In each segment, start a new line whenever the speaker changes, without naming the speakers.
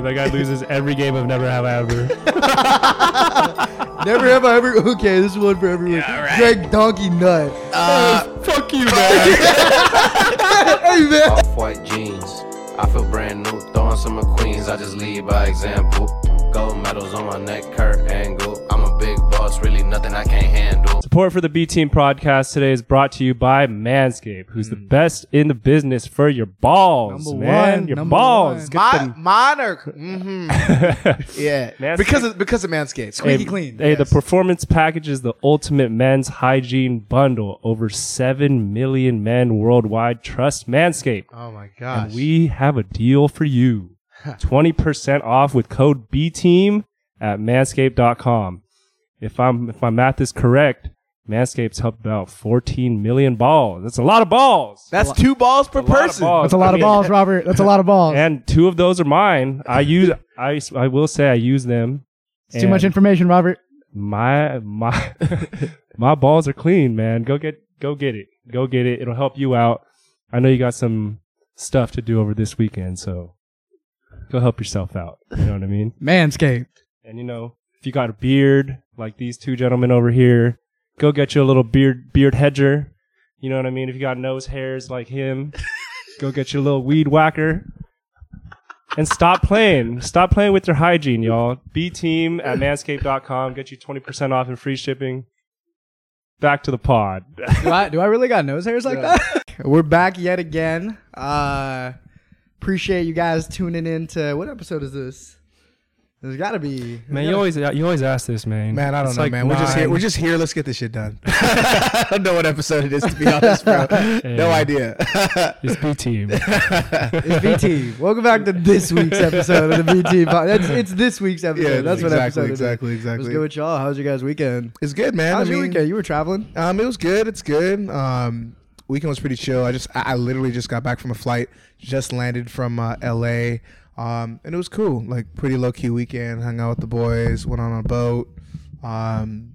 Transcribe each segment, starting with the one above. That guy loses every game of Never Have I Ever.
Never have I ever. Okay, this is one for everyone.
Yeah, all right.
Greg Donkey Nut.
Uh,
Fuck you, man.
Hey man.
Off-white jeans. I feel brand new, throwing some McQueens. I just lead by example. Gold medals on my neck, Kurt Angle. I'm a big boss, really nothing I can't handle.
Support for the B Team podcast today is brought to you by Manscaped, who's the best in the business for your balls,
Mm. Number
man.
one,
your
number
balls.
one.
Get
My,
them-
monarch. hmm yeah.
Manscaped.
Because of, because of Manscaped.
Hey,
Squeaky clean.
Hey, the
yes.
performance package is the ultimate men's hygiene bundle. Over 7 million men worldwide trust Manscaped.
Oh my gosh.
And we have a deal for you 20% off with code BTEAM at manscaped.com. If, I'm, if my math is correct, Manscaped's helped about 14 million balls. That's a lot of balls.
That's two balls per
a lot of
person.
balls.
That's a lot
I
of
mean,
balls, Robert. That's a lot of balls.
And two of those are mine. I use, I, I will say I use them.
It's too much
And-
information, Robert.
my my my balls are clean, man. Go get go get it. Go get it. It'll help you out. I know you got some stuff to do over this weekend, so go help yourself out. You know what I mean?
Manscaped.
And you know, if you got a beard like these two gentlemen over here, go get you a little beard beard hedger. You know what I mean? If you got nose hairs like him, go get you a little weed whacker. And stop playing. Stop playing with your hygiene, y'all. B team at manscaped.com. Get you 20% off and free shipping. Back to the pod.
do I do I really got nose hairs like that? We're back yet again. Uh appreciate you guys tuning in to what episode is this? There's gotta be
Man, you always you always ask this, man.
Man, I don't
It's
know,
like
man. We're just here.
nine-
We're just here. Let's get this shit done. I don't know what episode it is to be honest, bro. No
Yeah.
idea.
It's B team.
it's BT. Welcome back to this week's episode of the BT podcast. It's, it's this week's episode. That's what
exactly,
episode
exactly,
it is.
exactly.
Let's go with y'all. How's your guys' weekend?
It's good, man.
How's
I
your
mean,
weekend? You were traveling?
Um, it was good. It's good. Um, weekend was pretty chill. I just, I, I literally just got back from a flight. Just landed from uh, L.A. Um, and it was cool. Like pretty low key weekend. Hung out with the boys. Went on a boat. Um,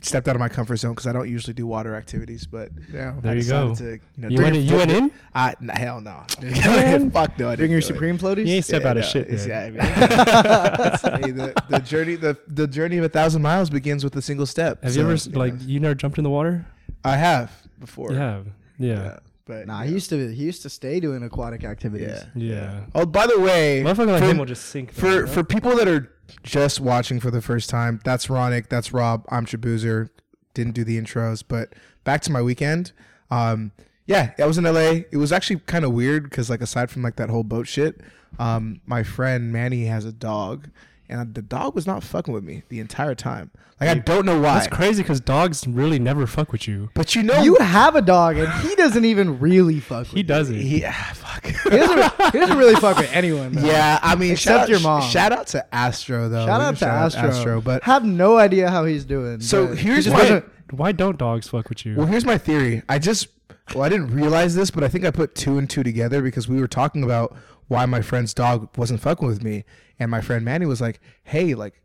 stepped out of my comfort zone because I don't usually do water activities. But
Yeah.
There
I
you
decided
go.
To, you know,
You
dig
went
a
in- you
foot-
went in?
I nah, hell no.
Man.
Fuck no. I didn't
Bring your
do it.
Supreme floaties?
You ain't step out of
no,
shit.
it's-
dude.
yeah, I mean, hey, the, the journey, the, the journey of a thousand miles begins with a single step.
Have
so,
you ever
know.
like you never jumped in the water?
I have before.
Yeah. Yeah.
Yeah, But
Nah,
you
he
know.
used to he used to stay doing aquatic activities.
Yeah.
Yeah.
Oh, by the way,
Motherfucker like
for,
him will just sink. though,
for,
you know?
for people that are just watching for the first time, that's Ronick, that's Rob, I'm Chaboozer. Didn't do the intros, but back to my weekend. Um, yeah, I was in LA. It was actually kind of weird because, like, aside from like that whole boat shit, um, my friend Manny has a dog, and the dog was not fucking with me the entire time. Like, I don't know why.
That's crazy because dogs really never fuck with you.
But you know,
You have a dog and he doesn't even really fuck with
He doesn't.
yeah, fuck.
He doesn't, he doesn't really fuck with anyone. Though.
Yeah, I mean,
Except
shout out-
your mom.
Shout out to Astro though.
Shout
We
out
can
to Astro.
but
have no idea how he's doing.
So
but
here's
he just
why-
doesn't-
Why don't dogs fuck with you?
well, here's my theory. I just well, I didn't realize this, but I think I put two and two together because we were talking about why my friend's dog wasn't fucking with me, and my friend Manny was like, "Hey, like."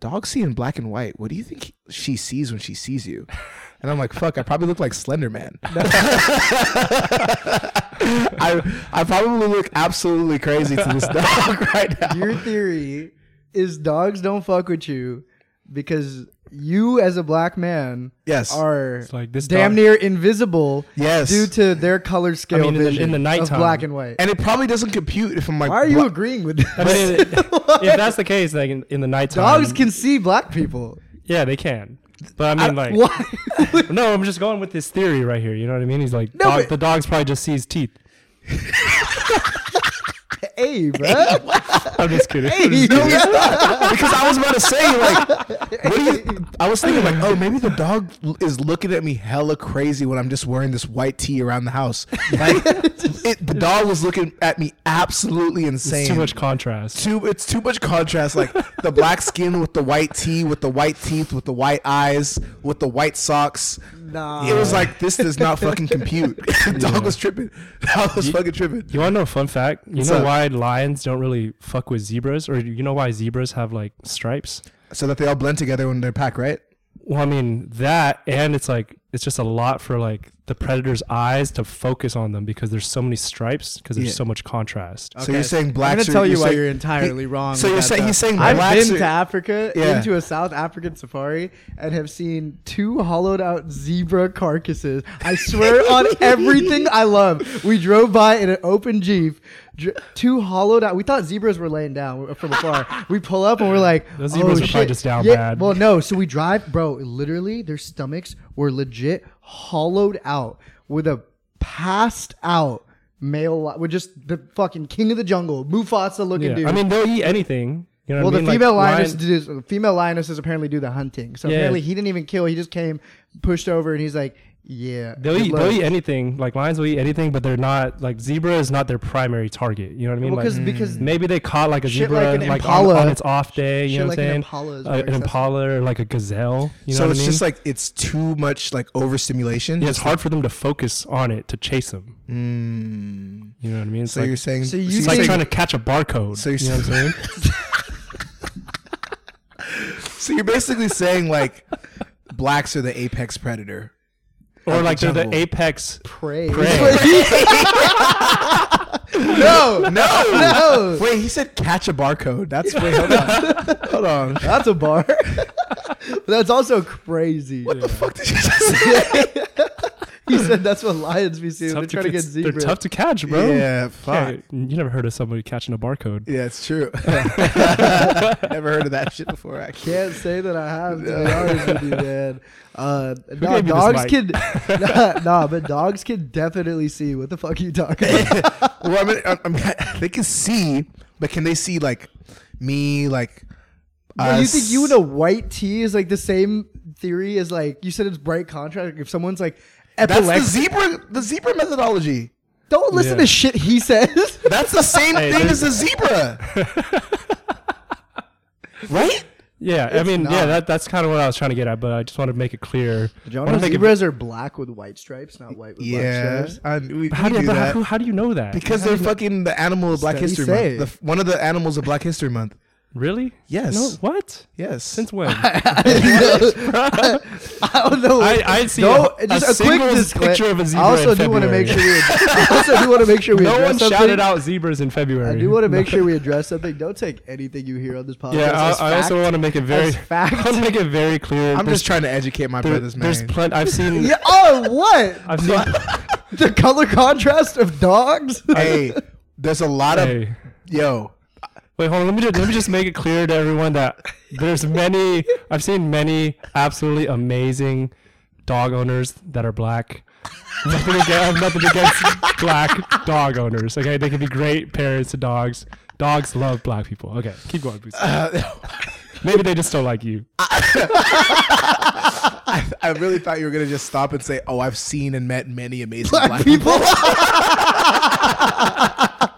Dogs see in black and white. What do you think he- she sees when she sees you? And I'm like, fuck, I probably look like Slender Man. I, I probably look absolutely crazy to this dog right now.
your theory is dogs don't fuck with you because you as a black man
Yes.
are
like this
damn
dog-
near invisible
Yes.
due to their color scale
mean, in the-
vision
in the
of
nighttime.
black and white.
And it probably doesn't compute if I'm like,
Why are you
bla-
agreeing with this?
I mean, if that's the case, like in, in the nighttime,
Um,
dogs can see black people.
Yeah, they can. But I mean, like,
Why?
no, I'm just going with this theory right here. You know what I mean? He's like,
No,
dog-
but-
the dog's probably just sees teeth.
hey, bro.
I'm just kidding.
Hey,
No, it's not. because I was about to say like, what do you? I was thinking like, oh, maybe the dog l- is looking at me hella crazy when I'm just wearing this white tee around the house. Like, it, the dog was looking at me absolutely insane.
It's too much contrast.
Too- it's too much contrast. Like the black skin with the white tee, with the white teeth, with the white eyes, with the white socks.
Nah.
It was like this does not fucking compute. the dog was tripping. Dog was fucking tripping.
You want to know a fun fact? You
What's
know
up?
why lions don't really fuck with zebras, or you know why zebras have like stripes?
So that they all blend together when they're packed, right?
Well, I mean that, and it's like it's just a lot for like the predator's eyes to focus on them because there's so many stripes because there's
Yeah.
so much contrast.
So you're saying blacks
I'm gonna
are-
tell you
you're
why
saying-
you're entirely wrong.
so
with
you're
that,
saying-
though.
he's saying
I've
blacks
been
are-
to Africa
Yeah.
into a South African safari and have seen two hollowed out zebra carcasses. I swear on everything I love. We drove by in an open jeep, dr- two hollowed out. We thought zebras were laying down from afar. We pull up and we're like,
Those zebras
oh,
are
shit.
probably just down
yeah,
bad.
Well, no. So we drive, bro. Literally, their stomachs were legit hollowed out with a passed out male, li- with just the fucking king of the jungle, Mufasa looking
Yeah.
dude.
I mean, they'll eat anything. You know
well,
what I mean?
the
Like,
female
lion-
lioness, do- female lionesses apparently do the hunting. So
Yeah.
apparently, he didn't even kill. He just came, pushed over, and he's like, "Yeah."
They'll
good
eat,
luck."
they'll eat anything. Like lions will eat anything, but they're not like zebra is not their primary target. You know what I mean?
Well,
like,
'cause- because
maybe they caught like a
shit
zebra
like an
on-
impala-
on, its off day. You
shit
know what I'm
like an
saying?
impala
Uh,
is more
an
accessible.
impala or like a gazelle. You know
so
what I
it's
mean?
just like it's too much like overstimulation.
yeah,
Just
it's hard for them to focus on it to chase them.
Mm.
You know what I mean? It's
So
like,
you're saying
So
so
you
you
it's
think-
like trying to catch a barcode.
So
So you
you're
know what I'm saying?
so you're basically saying like blacks are the apex predator.
or like they're the
jungle.
apex.
Pray.
Pray.
no,
No.
no,
Wait, he said catch a barcode. That's wait, hold on. hold on. What
that's a bar. But that's also crazy.
the fuck did you just say?
He said that's what lions be
It's
seeing.
tough
They're
to
trying to
ca-
get zebra.
They're tough to catch, bro.
Yeah, fuck.
Yeah, you never heard of somebody catching a barcode.
Yeah, it's true. Never heard of that shit before. Actually,
Can't say that I have. To be honest with you, man. Uh,
gave
nah,
you this
dogs
mic?
can. Nah, nah, but dogs can definitely see. What the fuck are you talking about?
well, I mean, I'm, I'm, they can see, but can they see like me? Like,
Bro, you think
us?
you in a white tee is like the same theory as like you said it's bright contrast. Like if someone's like
That's the
epileptic,
zebra. The zebra methodology.
don't listen
Yeah.
to shit he says.
That's the same
Hey,
thing as
there's-
a zebra. right?
Yeah, I mean,
not.
yeah, that, that's kind of what I was trying to get at, but I just want to make it clear. Wanna
Jonah
make it-
zebras are black with white stripes, not white with black
Yeah.
stripes.
I, we,
How
we
do, you,
do
but
that.
how, how do you know that?
Because they're fucking the animal of Black
Studies
History
say.
Month. The, f- one of the animals of Black History Month.
really?
Yes.
No, what?
Yes.
Since when?
I don't know.
I I see
no,
a,
just
a,
a, quick
single
discla-
picture of a zebra.
I also
in
do want to make sure
February.
we. I also do want to make sure we.
no
address
one
something.
shouted out zebras in February.
I do want to make sure we address something. Don't take anything you hear on this podcast.
Yeah,
as
I, I also
fact.
want to make it very.
As fact.
I want to make it very clear.
I'm
there's-
just trying to educate my
there-
brothers, man.
There's plenty. I've seen.
Yeah, oh, what?
I've seen.
the color contrast of dogs.
hey, there's a lot of
Hey.
yo.
Wait, hold on. Let me just, let me just make it clear to everyone that there's many. I've seen many absolutely amazing dog owners that are black. Nothing against, I have nothing against black dog owners. Okay, they can be great parents to dogs. Dogs love black people. Okay, keep going, please. Maybe they just don't like you.
I, I really thought you were gonna just stop and say, "Oh, I've seen and met many amazing black,
black people.
people,"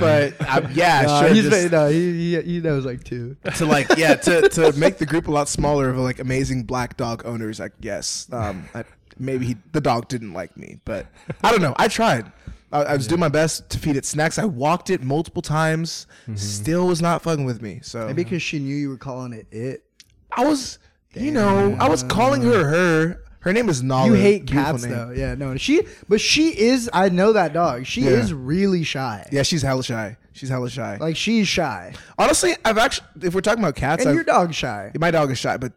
but um, yeah,
Nah,
sure.
he's
just-
no, he, he, he knows like two.
to like yeah to to make the group a lot smaller of like amazing black dog owners i guess um I, maybe he, the dog didn't like me but i don't know i tried i, I was doing my best to feed it snacks i walked it multiple times still was not fucking with me so
Mm-hmm. Maybe because she knew you were calling it it.
i was you know i was calling her her her name is Nala.
You hate
Beautiful
cats
name.
though. Yeah, no. She, but she is. I know that dog. She
Yeah.
is really shy.
yeah she's hella shy she's hella shy
Like she's shy,
honestly i've actually if we're talking about cats
and
I've,
your dog's shy.
my dog is shy but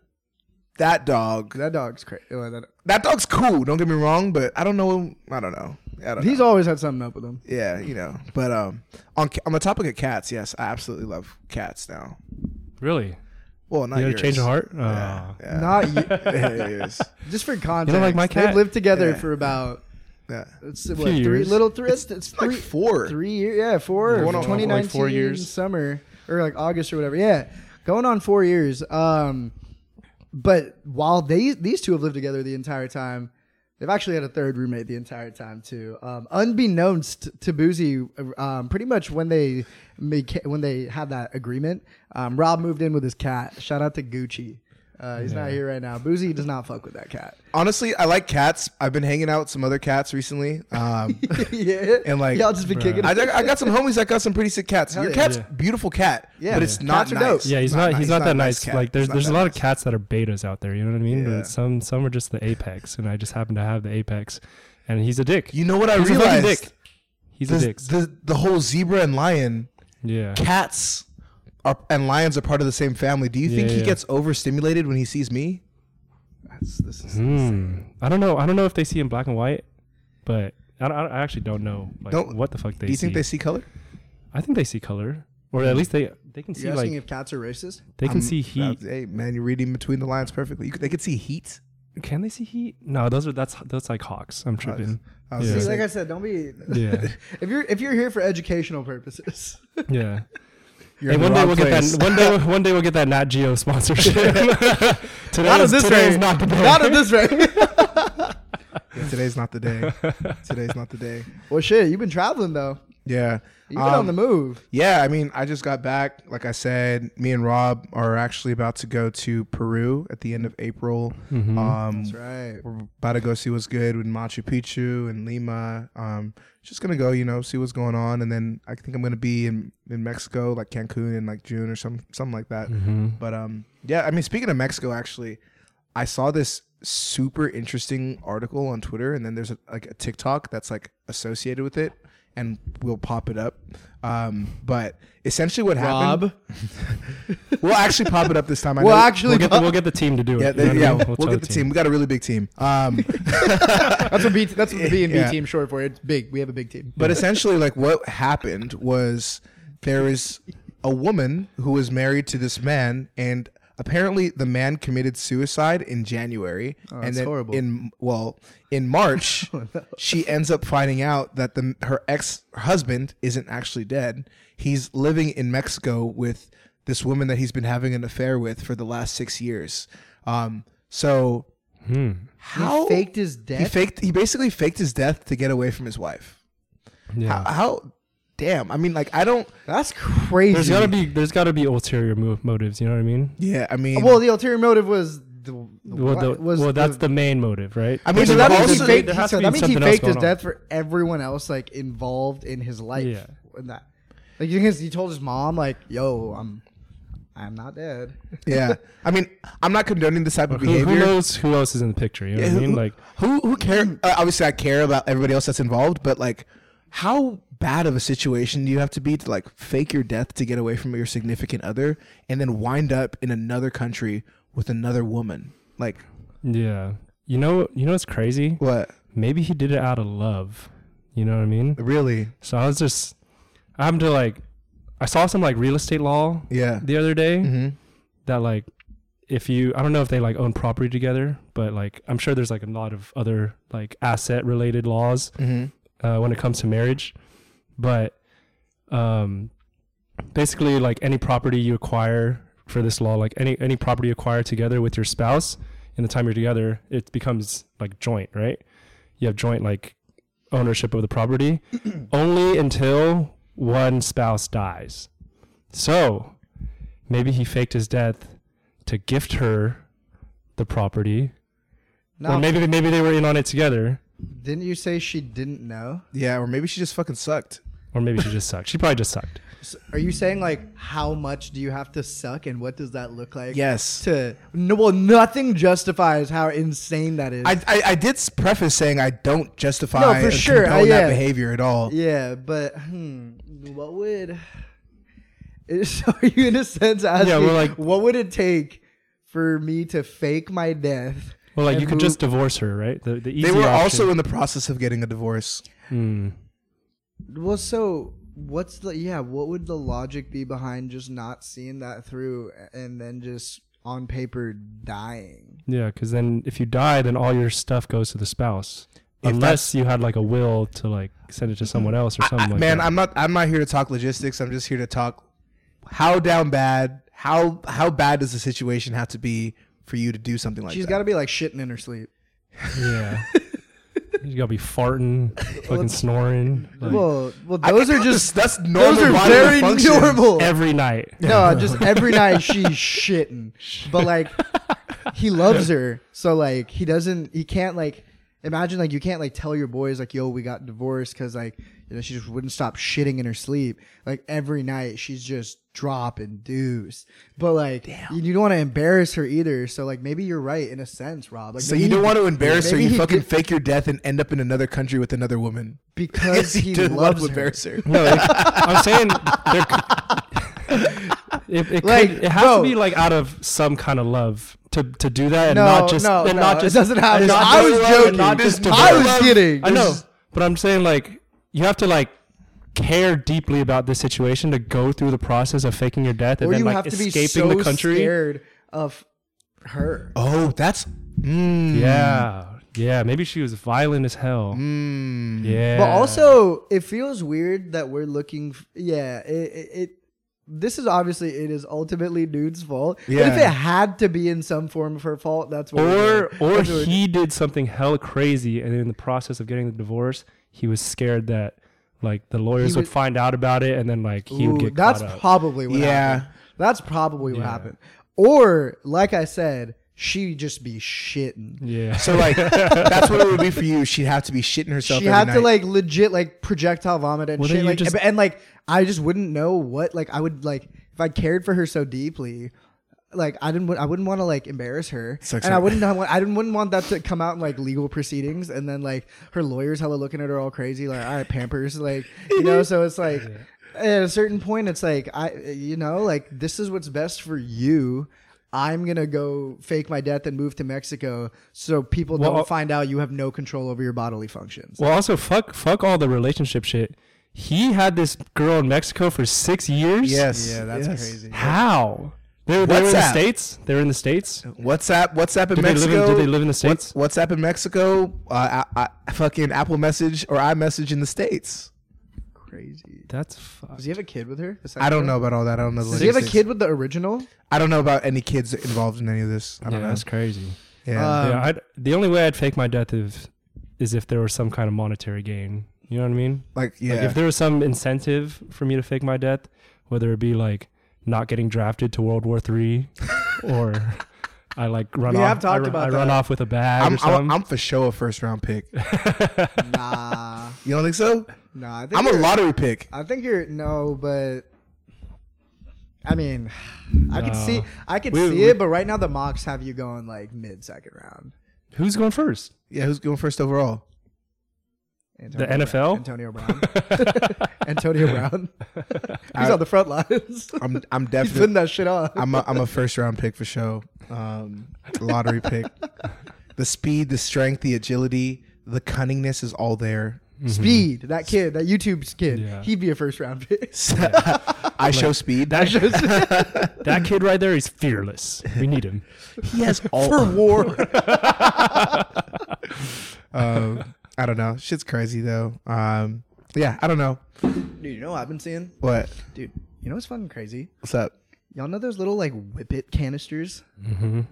that dog
That dog's crazy. That,
that dog's cool. Don't get me wrong, but I don't know. I don't know. I don't
he's
know.
always had something up with him.
yeah, you know. But um, on ca- on the topic of cats, yes, I absolutely love cats now.
Really?
Well, not
You had
yours.
a change of heart? Oh.
Yeah, yeah.
Not you.
Yeah, yours.
just for context.
like my
They've
cat?
lived together
Yeah.
for about
Yeah.
it's, what, three
years.
little three. It's, it's
Like
three,
four.
three years. Yeah, four.
Going
Going
on, like, four
2019
years.
summer or like August or whatever. Yeah, going on four years. Um, but while they these two have lived together the entire time, they've actually had a third roommate the entire time too. Um, unbeknownst to Boozy, um, pretty much when they make, when they had that agreement, um, Rob moved in with his cat. Shout out to Gucci. Uh, he's not here right now. Boozy does not fuck with that cat.
Honestly, I like cats. I've been hanging out with some other cats recently. Um,
yeah,
And, like,
y'all just been
bruh.
kicking.
I,
it.
I got some homies that got some pretty sick cats.
Hell
Your
yeah.
cat's
Yeah.
beautiful cat,
Yeah.
but it's
Yeah.
not
Cats are
nice.
dope.
Yeah, he's not, he's not, that nice.
cat.
Like there's
He's not
there's a
that
lot of
nice.
cats that are betas out there, you know what I mean?
Yeah.
But some some are just the apex and I just happen to have the apex. And he's a dick.
You know what I
he's a
realized?
fucking dick. He's a
The-
dick.
the the whole zebra and lion
yeah.
cats are, and lions are part of the same family. Do you think
Yeah,
he
yeah.
gets overstimulated when he sees me?
That's, this is
Hmm. I don't know. I don't know if they see in black and white, but I, don't- I, don't- I actually don't know like,
Don't-
what the fuck they
Do you
see.
think they see color?
I think they see color, or at least they they can see
You're asking
like
if cats are racist?
they can
I'm-
see heat.
Hey man, you're reading between the lines perfectly. You could, they could see heat.
Can they see heat? No, those are that's that's like hawks. I'm tripping.
I was
Yeah.
gonna
See,
say-
like I said, don't be.
Yeah,
If you're if you're here for educational purposes,
yeah.
You're
Hey,
in the
one day
wrong
we'll
place.
get that. One day, one day we'll get that Nat Geo sponsorship. today
not
is,
at this
today
rate.
is not the day.
Not at this rate.
Yeah, today's not the day. today's not the day.
well, shit, you've been traveling though.
Yeah.
You've been on
Um,
the move.
Yeah, I mean, I just got back. Like I said, me and Rob are actually about to go to Peru at the end of April.
Mm-hmm.
Um,
That's right.
We're about to go see what's good with Machu Picchu and Lima. Um, just gonna go, you know, see what's going on, and then I think I'm gonna be in, in Mexico, like Cancun, in like June or some something like that. But um, yeah, I mean, speaking of Mexico, actually, I saw this super interesting article on Twitter, and then there's a, like a TikTok that's like associated with it, and we'll pop it up. Um, but essentially, what happened? We'll actually pop it up this time. I
Well,
know-
actually,
We'll get the, we'll get the team to do
yeah,
it. you know
they,
what I
yeah,
mean?
we'll,
tell
get the team. We got a really big team. Um,
that's what B. That's what the B and B
Yeah.
team short for. It's big. We have a big team.
But essentially, like what happened was there is a woman who was married to this man, and apparently the man committed suicide in January, and
Oh, that's
then
horrible. Oh,
in well in March, she ends up finding out that the her ex husband isn't actually dead. He's living in Mexico with this woman that he's been having an affair with for the last six years. Um, so how
he faked his death.
he faked he basically faked his death to get away from his wife.
Yeah.
How, how damn? I mean, like I don't.
that's crazy.
There's gotta be there's gotta be ulterior mo- motives. You know what I mean?
Yeah, I mean,
Well, the ulterior motive was the, the
Well, the,
what was
well that's the main motive, right?
I mean,
But
so
there
that
has
means
to
he
be-
faked-
there has
so
to be
that means he
something else
faked his
going on.
death for everyone else like involved in his life.
Yeah.
And that- Like you think he told his mom like, "Yo, I'm, I'm not dead."
yeah, I mean, I'm not condoning this type of
Who,
behavior.
who knows who else is in the picture? You know what I mean? Like,
who who care? Uh, obviously, I care about everybody else that's involved, but like, how bad of a situation do you have to be to like fake your death to get away from your significant other, and then wind up in another country with another woman? Like,
yeah. You know, you know what's crazy?
what?
Maybe he did it out of love. You know what I mean?
Really?
So I was just, I happened to like, I saw some like real estate law
Yeah.
the other day
Mhm.
that like, if you, I don't know if they like own property together, but like, I'm sure there's like a lot of other like asset related laws
Mm-hmm.
uh, when it comes to marriage. But um, basically, like any property you acquire for this law, like any any property you acquire together with your spouse, in the time you're together, it becomes like joint, right? You have joint like ownership of the property only until one spouse dies. So maybe he faked his death to gift her the property.
No,
Or maybe maybe they were in on it together.
didn't you say she didn't know?
Yeah, or maybe she just fucking sucked.
Or maybe she just sucked. She probably just sucked.
So are you saying like how much do you have to suck and what does that look like?
Yes.
To no, well, nothing justifies how insane that is.
I, I, I did s- preface saying I don't justify
No, for
or
sure.
condone
Uh, yeah.
that behavior at all.
yeah, but hmm, what would? Is, are you in a sense asking?
we're like-
what would it take for me to fake my death?
Well, like
and
you could
move-
just divorce her, right? The the easy
They were
option.
also in the process of getting a divorce.
Well, so what's the yeah? What would the logic be behind just not seeing that through and then just on paper dying?
yeah, because then if you die, then all your stuff goes to the spouse, unless you had like a will to like send it to someone else or something.
I-
like
man,
that.
I'm not I'm not here to talk logistics. I'm just here to talk how down bad how how bad does the situation have to be for you to do something like
She's
that?
got to be like shitting in her sleep.
yeah, You're gonna be farting, fucking snoring. like,
Well, well, those are just
that's normal.
those are
bodily
very
function.
normal.
every night.
No, just every night she's shitting. But like he loves her. So like he doesn't he can't like imagine like you can't like tell your boys like yo we got divorced cuz like you know she just wouldn't stop shitting in her sleep. Like every night she's just dropping deuce. But like you, you don't want to embarrass her either. So like maybe you're right in a sense, Rob. Like
So
maybe
you don't
he-
want to embarrass her.
maybe
You
he
fucking
did-
fake your death and end up in another country with another woman.
because he
didn't want
loves
to
her.
embarrass her.
No, it- I'm saying there could- it, it, could-
Like,
it has
bro.
to be like out of some kind of love to to do that and
No,
not just
no,
and
no,
not
it
just
doesn't have
and
to.
not
I
just
was
love
joking.
and Not just
I was
divorce.
kidding.
I know,
This-
but I'm saying like you have to like care deeply about this situation to go through the process of faking your death and
Or
then
you
like
have to be
escaping
so
the country.
scared of her.
Oh, that's mm,
Yeah, yeah. Maybe she was violent as hell.
Mm.
Yeah,
Hmm. But also, it feels weird that we're looking. F- yeah, it, it, it. This is obviously it is ultimately dude's fault. But if
Yeah.
it had to be in some form of her fault, that's what. we
or
do.
or
That's what we do.
he did something hella crazy and in the process of getting the divorce he was scared that like the lawyers
He
would,
would-
find out about it and then like he
Ooh,
would get
that's
caught up.
probably what.
Yeah.
happened. that's probably what
Yeah.
happened. Or like I said, she just be shitting.
yeah
So like that's what it would be for you. She'd have to be shitting herself.
She
every
had to
night.
like legit like projectile vomit and
Well, then
shit.
you
Like
just-
and, and, like I just wouldn't know what like I would like if I cared for her so deeply. Like I didn't, wa- I wouldn't want to like embarrass her,
Sucks
and I
up.
wouldn't, I, I didn't, wouldn't want that to come out in like legal proceedings, and then like her lawyers hella looking at her all crazy, like all right, Pampers, like you know. So it's like at a certain point, it's like I, you know, like this is what's best for you. I'm gonna go fake my death and move to Mexico, so people
Well, uh,
don't find out you have no control over your bodily functions.
well also fuck fuck all the relationship shit he had this girl in mexico for six years
yes,
Yeah, that's
yes.
crazy.
how they, they were in the
WhatsApp.
states they were in the
Oh.
states
WhatsApp, WhatsApp in
Do they live in-
Mexico.
do they live in the
What-
States?
WhatsApp in Mexico. Uh, I, I, fucking Apple Message or iMessage in the states.
Crazy.
that's fuck.
Does he have a kid with her? The second
I don't
girl?
know about all that. I don't know. the
Does he have a
logistics.
kid with the original?
I don't know about any kids involved in any of this. I
yeah
don't know.
that's crazy
Yeah.
Uh, Um,
yeah I'd, the only way i'd fake my death if, is if there was some kind of monetary gain you know what i mean
like yeah.
Like if there was some incentive for me to fake my death, whether it be like not getting drafted to World War Three, or I like run
We
off.
have
I,
talked
run-
about
I run
that.
off with a bag
I'm,
or something.
I'm, I'm for sure a first round pick.
Nah,
You don't think so?
nah. I think
I'm a
you're-
lottery pick.
I think you're no, but I mean, I could
No.
see, I could
We-
see
we-
it, but right now the mocks have you going like mid second round.
Who's going first?
Yeah, who's going first overall?
Antonio
NFL?
Brown. Antonio Brown. Antonio Brown. He's
I-
on the front lines.
I'm I'm
He's putting
definitely
that shit on.
I'm a, I'm a first round pick for sure. Um, lottery pick. The speed, the strength, the agility, the cunningness is all there.
Speed. That kid. That YouTube's kid.
Yeah.
He'd be a first round pick.
I show speed.
That that kid right there, he's fearless. We need him.
he has all
For war.
Um, I don't know. Shit's crazy though. Um, yeah, I don't know.
Dude, you know what I've been seeing?
What?
Dude, you know what's fucking crazy?
What's up?
Y'all know those little like whippet canisters?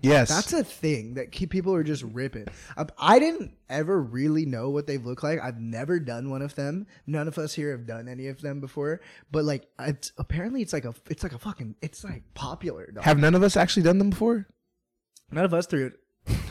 Yes.
That's a thing that keep, people are just ripping. I, I didn't ever really know what they look like. I've never done one of them. None of us here have done any of them before. But like, it's, apparently, it's like a it's like a fucking it's like popular. Dog.
Have none of us actually done them before?
none of us through it.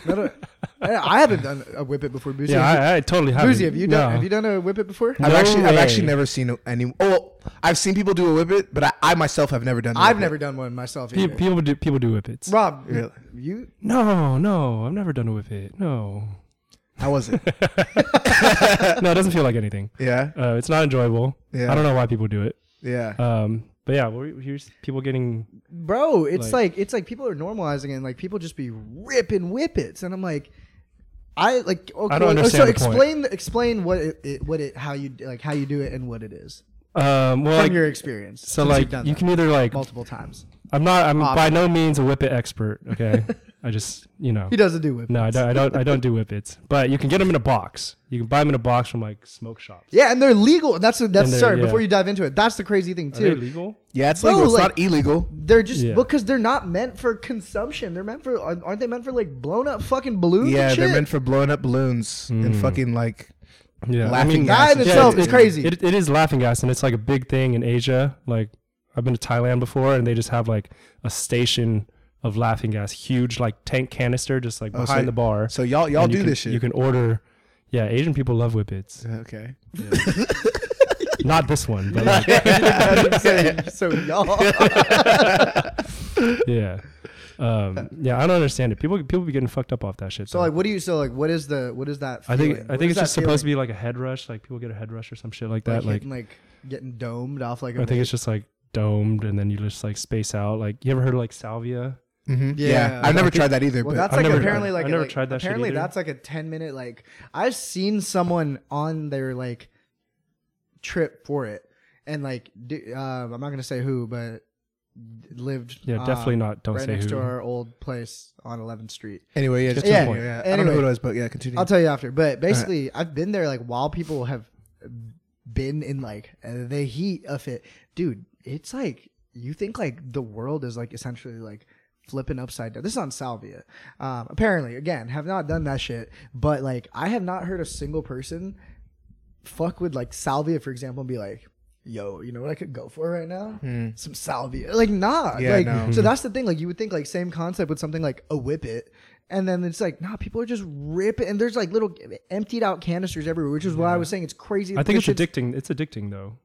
None of, I haven't done a whippet before. Boozy,
Yeah, I, I totally have.
Boozy, have you done
No.
have you done a whippet before?
I've
No
actually I've
way.
actually never seen any. Oh, I've seen people do a whippet, but I, I myself have never done. the
I've
whippet.
never done one myself.
Pe-
Either.
People do people do whippets.
Rob,
Really?
you
No, no, I've never done a whippet. No,
I wasn't.
no, it doesn't feel like anything.
yeah.
Uh, it's not enjoyable.
Yeah.
I don't know why people do it.
Yeah.
Um, but yeah, well, here's people getting
bro it's like,
Like-
it's like people are normalizing it and like people just be ripping whippets and i'm like i like okay,
don't
well,
understand the
so
point.
explain explain what it, it what it how you like how you do it and what it is
um, well,
from
like,
your experience
so
since
like
you've done
you
that
can either like
multiple times
I'm not. I'm by
Obviously.
no means a whippet expert. Okay, I just, you know,
He doesn't do whippets.
no, I don't, I don't, I don't do whippets. But you can get them in a box. You can buy them in a box from like smoke shops.
Yeah, and they're legal. That's the, that's
And they're-
sorry.
yeah.
Before you dive into it, that's the crazy thing
Are they
too.
legal?
Yeah, it's
Bro,
legal. It's
like-
not illegal.
They're just
Yeah.
because they're not meant for consumption. They're meant for aren't aren't they meant for like blown up fucking balloons?
Yeah,
and
they're
shit?
meant for blowing up balloons and fucking like.
Hmm. Yeah, I
Laughing
mean,
gas
That in
and
itself
shit.
is crazy.
It, it is laughing gas, and it's like a big thing in Asia. Like I've been to Thailand before, and they just have like a station of laughing gas, huge like tank canister, just like
Oh,
so-
behind the bar.
So y'all y'all
And
do
you can-
this shit.
You can order. Yeah, Asian people love whippets.
okay.
Not this one, but like,
so y'all.
yeah, um, yeah. I don't understand it. People people be getting fucked up off that shit.
so
though.
like, what do you? So like, what is the what is that?
I
Feeling?
think I think it's just supposed to be like a head rush. Like people get a head rush or some shit like that. Like,
getting, like getting domed off like. a
I think it's just like domed, and then you just like space out. Like you ever heard of like salvia?
hmm Yeah.
Yeah.
I've never tried that either.
Well,
but
that's
I've
like
never-
apparently like
I've never
like,
tried that shit
apparently
either.
that's like a ten minute like I've seen someone on their like trip for it and like d- um, I'm not gonna say who but lived
Yeah,
um,
definitely not. Don't
right
say
next to
who.
our old place on 11th Street.
anyway, yeah, just
Yeah,
yeah, point. yeah. I don't know
anyway.
who it was, but yeah, continue.
I'll tell you after. But basically, I've been there like while people have been in like the heat of it, dude. It's like you think like the world is like essentially like flipping upside down. This is on Salvia. Um, apparently, again, have not done that shit, but like I have not heard a single person fuck with like Salvia, for example, and be like. Yo, you know what I could go for right now? Some salvia. Like, nah.
Hmm. Yeah,
like,
no.
so that's the thing. Like, you would think like same concept with something like a whippet, and then it's like, nah, people are just ripping, and there's like little emptied out canisters everywhere, which is why I was saying it's crazy.
I
that
think it's
this shit's-
addicting. It's addicting though.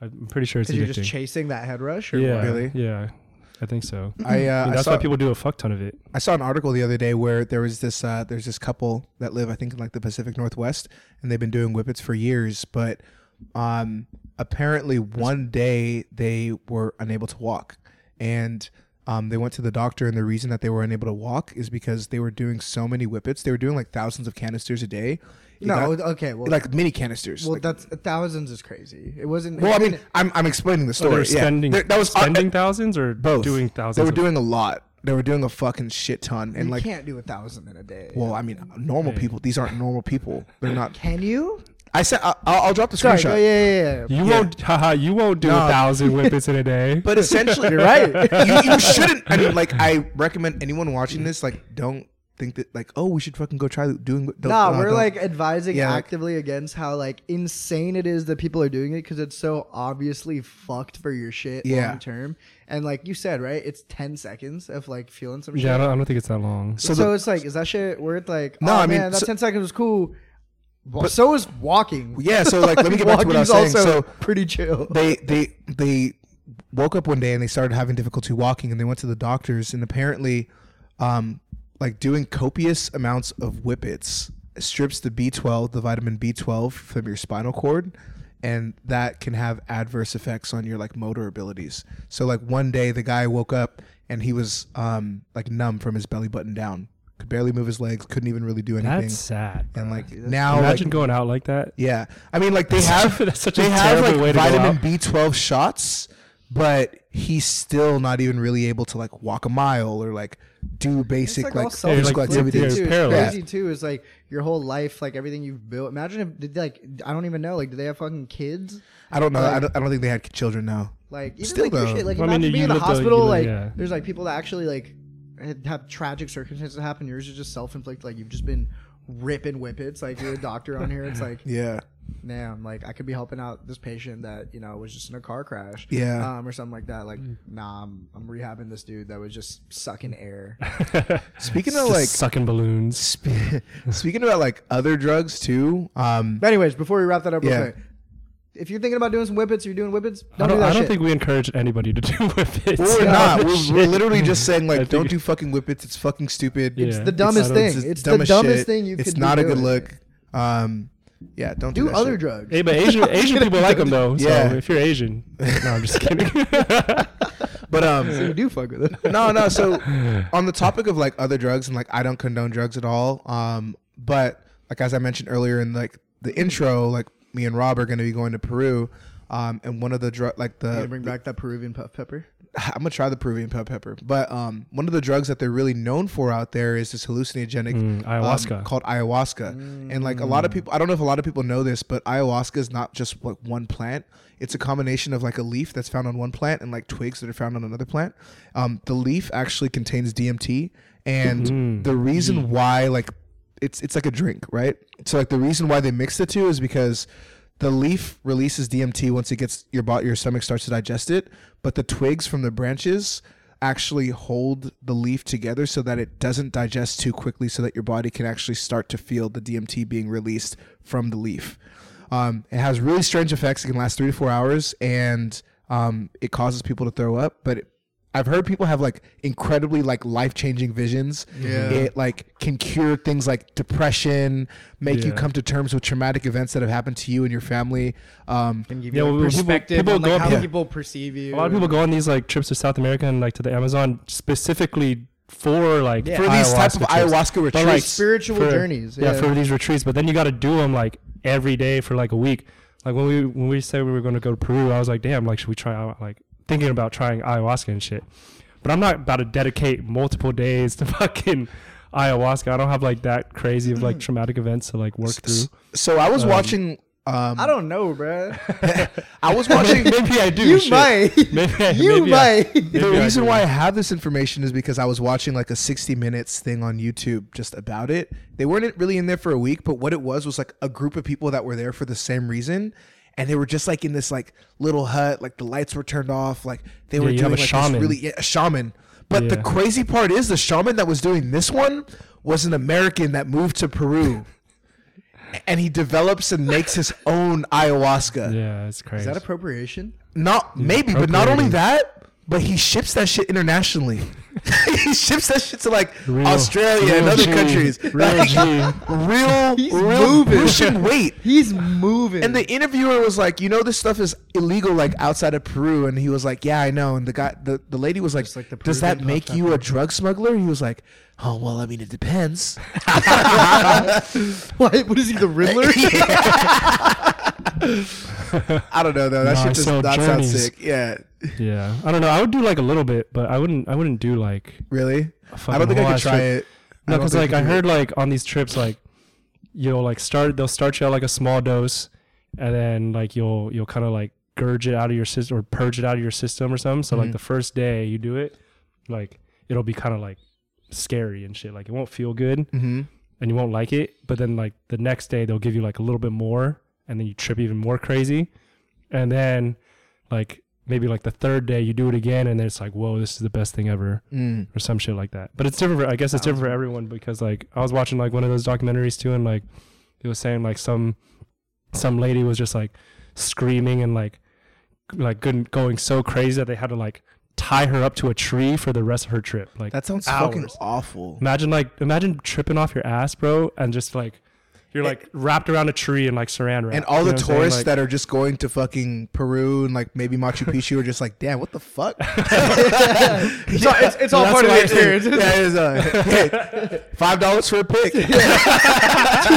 I'm pretty sure it's
'cause you're just
addicting.
chasing that head rush. Or
Yeah,
what?
Really?
yeah. I think so.
I, uh,
Dude,
I
that's
saw,
why people do a fuck ton of it.
I saw an article the other day where there was this uh, there's this couple that live I think in like the Pacific Northwest and they've been doing whippets for years, but um, apparently one day they were unable to walk and um, they went to the doctor and the reason that they were unable to walk is because they were doing so many whippets. They were doing like thousands of canisters a day. It
No.
got-
okay. Well,
like mini canisters.
well,
like-
that's thousands is crazy. It wasn't.
well, I mean, I'm, I'm explaining
Oh,
the
They
story.
were spending
yeah. There- that was uh,
spending thousands or
both
doing
They
thousands.
were
of-
doing a lot. They were doing a fucking shit ton, and
you
like,
can't do a thousand in a day.
well, I mean, normal people. These aren't normal people. They're not.
can you?
Hmm. I said I- I'll, I'll drop the
Sorry.
screenshot.
oh, yeah, yeah, yeah.
you won't, haha, you won't do
No.
a thousand whippets in a day.
But essentially,
You're right.
you, you shouldn't. I mean, like, I recommend anyone watching this, like, don't think that, like, oh, we should fucking go try doing. Don't,
Nah,
uh,
we're
don't.
like advising
Yeah, like-
actively against how like insane it is that people are doing it because it's so obviously fucked for your shit
Yeah.
long term. And like you said, right? It's ten seconds of like feeling some shit.
yeah, I don't, I don't think it's that long.
So,
So the-
it's like, is that shit worth like?
No,
oh,
I mean,
man, that
so-
ten seconds was cool. But so is walking.
yeah. So like, let me get back to what I was saying.
Walking's
So
also pretty chill.
they they they woke up one day and they started having difficulty walking and they went to the doctors and apparently um like doing copious amounts of whippets strips the b12 the vitamin b12 from your spinal cord and that can have adverse effects on your like motor abilities so like one day the guy woke up and he was um like numb from his belly button down could barely move his legs couldn't even really do anything
That's sad.
and like now like,
Imagine going out like that.
yeah, I mean, like they have
That's such a
they have
terrible
like
way to go
vitamin
out.
B twelve shots, but he's still not even really able to like walk a mile or like do basic like,
Yeah,
physical
like,
activities.
yeah,
Too.
it's
It's
paralyzed.
crazy too is like your whole life, like everything you've built. Imagine if did they, like I don't even know, like do they have fucking kids?
I don't know. I don't, I don't think they had children now.
Like even
Still,
like your
though.
shit, like
Well, I mean,
imagine
you
being in a
live the- you
hospital.
live-
like
yeah.
there's like people that actually like had- have tragic circumstances happen. Yours is just self inflicted. Like you've just been ripping whippets. Like you're a doctor on here. It's like
Yeah,
damn. Like I could be helping out this patient that you know was just in a car crash.
Yeah.
Um, or something like that. Like
Mm.
nah, I'm, I'm rehabbing this dude that was just sucking air.
speaking of
Just
like
sucking balloons.
sp- speaking about like other drugs too. Um,
But anyways, before we wrap that up, real
Yeah.
quick. If you're thinking about doing some whippets, you're doing whippets. Don't,
I
do
don't,
that
I don't
shit.
think we encourage anybody to do whippets.
well, we're
Yeah.
not. We're, we're literally just saying
I
like,
think-
don't do fucking whippets. It's fucking stupid.
Yeah.
It's,
the dumbest
I don't-
thing. It's, the dumbest
shit.
thing you
It's
could
not
be
a good
doing.
look. Um, yeah, don't do,
Do
that
other
shit.
drugs.
Hey, but Asian Asian people like them though. So
Yeah.
if you're Asian, no, I'm just kidding.
But um,
You do fuck with it.
no, no. So on the topic of like other drugs and like I don't condone drugs at all. Um, but like as I mentioned earlier in like the intro, like me and Rob are going to be going to Peru. Um, and one of the drug like
Gonna
the
bring back that Peruvian puff pepper.
I'm gonna try the Peruvian pe- pepper, but um, one of the drugs that they're really known for out there is this hallucinogenic
Mm, ayahuasca.
um, called ayahuasca, and like a lot of people, I don't know if a lot of people know this, but ayahuasca is not just like one plant; it's a combination of like a leaf that's found on one plant and like twigs that are found on another plant. Um, the leaf actually contains DMT, and the reason why like it's it's like a drink, right? So like the reason why they mix the two is because the leaf releases DMT once it gets your body, your stomach starts to digest it, but the twigs from the branches actually hold the leaf together so that it doesn't digest too quickly, so that your body can actually start to feel the DMT being released from the leaf. Um, it has really strange effects. It can last three to four hours, and um, it causes people to throw up. But it, I've heard people have like incredibly like life changing visions.
Yeah.
It like can cure things like depression, make you
Yeah.
come to terms with traumatic events that have happened to you and your family. Um,
Can give
Yeah,
you like,
well, people-
perspective
people
on
go
like,
up
how
here.
people perceive you.
A lot of people go on these like trips to South America and like to the Amazon specifically for like
Yeah.
for
for these type of
trips.
ayahuasca retreats,
But like
spiritual
for-
journeys.
Yeah.
Yeah,
for these retreats, but then you got to do them like every day for like a week. Like when we when we said we were going to go to Peru, I was like, damn, like should we try out like thinking about trying ayahuasca and shit. But I'm not about to dedicate multiple days to fucking ayahuasca. I don't have like that crazy of
Mm.
like traumatic events to like work through.
so I was watching. Um,
I don't know, bro.
I was watching.
maybe I do.
you
shit.
might.
Maybe I,
you
maybe I-
might.
maybe
the
I
reason
do.
why I have this information is because I was watching like a 60 minutes thing on YouTube just about it. They weren't really in there for a week, but what it was was like a group of people that were there for the same reason. And they were just like in this like little hut, like the lights were turned off, like they were
you have
doing
a
like this
shaman.
really yeah, a shaman. But the
Yeah.
crazy part is the shaman that was doing this one was an American that moved to Peru. and he develops and makes his own ayahuasca
Yeah, it's crazy.
Is that appropriation?
not maybe, but not only
appropriating.
that, but he ships that shit internationally. he ships that shit to like
Real-
Australia
real
and other
G.
countries.
Real
Like,
G.
real,
He's
real
moving.
pushing weight.
He's moving.
And the interviewer was like, "You know, this stuff is illegal, like outside of Peru." And he was like, "Yeah, I know." And the guy, the, the lady was like,
Just like the
"Does that
Peruvian
make
hot
you a drug smuggler?" He was like, "Oh, well, I mean, it depends." I
what, what is he, the Riddler?
don't know though. That
No, I
shit just
sell
that sounds
journeys.
sick. Yeah,
yeah, I don't know. I would do like a little bit, but I wouldn't. I wouldn't do like
really. I
fucking
don't think I
whole
could
ass
try
trip.
it.
No,
I don't
because like
think
I
could do it.
heard like on these trips, like you'll like start they'll start you out like a small dose, and then like you'll you'll kind of like gurge it out of your system or purge it out of your system or something. So
Mm-hmm.
like the first day you do it, like it'll be kind of like scary and shit. Like it won't feel good
Mhm.
and you won't like it. But then like the next day they'll give you like a little bit more, and then you trip even more crazy, and then like maybe like the third day you do it again, and then it's like whoa, this is the best thing ever
Mm.
or some shit like that. But it's different. For, I guess it's different for everyone because like I was watching like one of those documentaries too, and like it was saying like some some lady was just like screaming and like like couldn't- going so crazy that they had to like tie her up to a tree for the rest of her trip. Like
That sounds fucking
hours.
awful.
imagine like imagine tripping off your ass, bro, and just like you're like wrapped around a tree and like saran wrap.
And all
You know what
the
I'm saying?
tourists
Like,
that are just going to fucking Peru and like maybe Machu Picchu are just like, damn, what the fuck?
it's, all, it's, it's all
That's
part of
why-
the experience.
Yeah, it is, uh, hey, Five dollars for a pick.
tour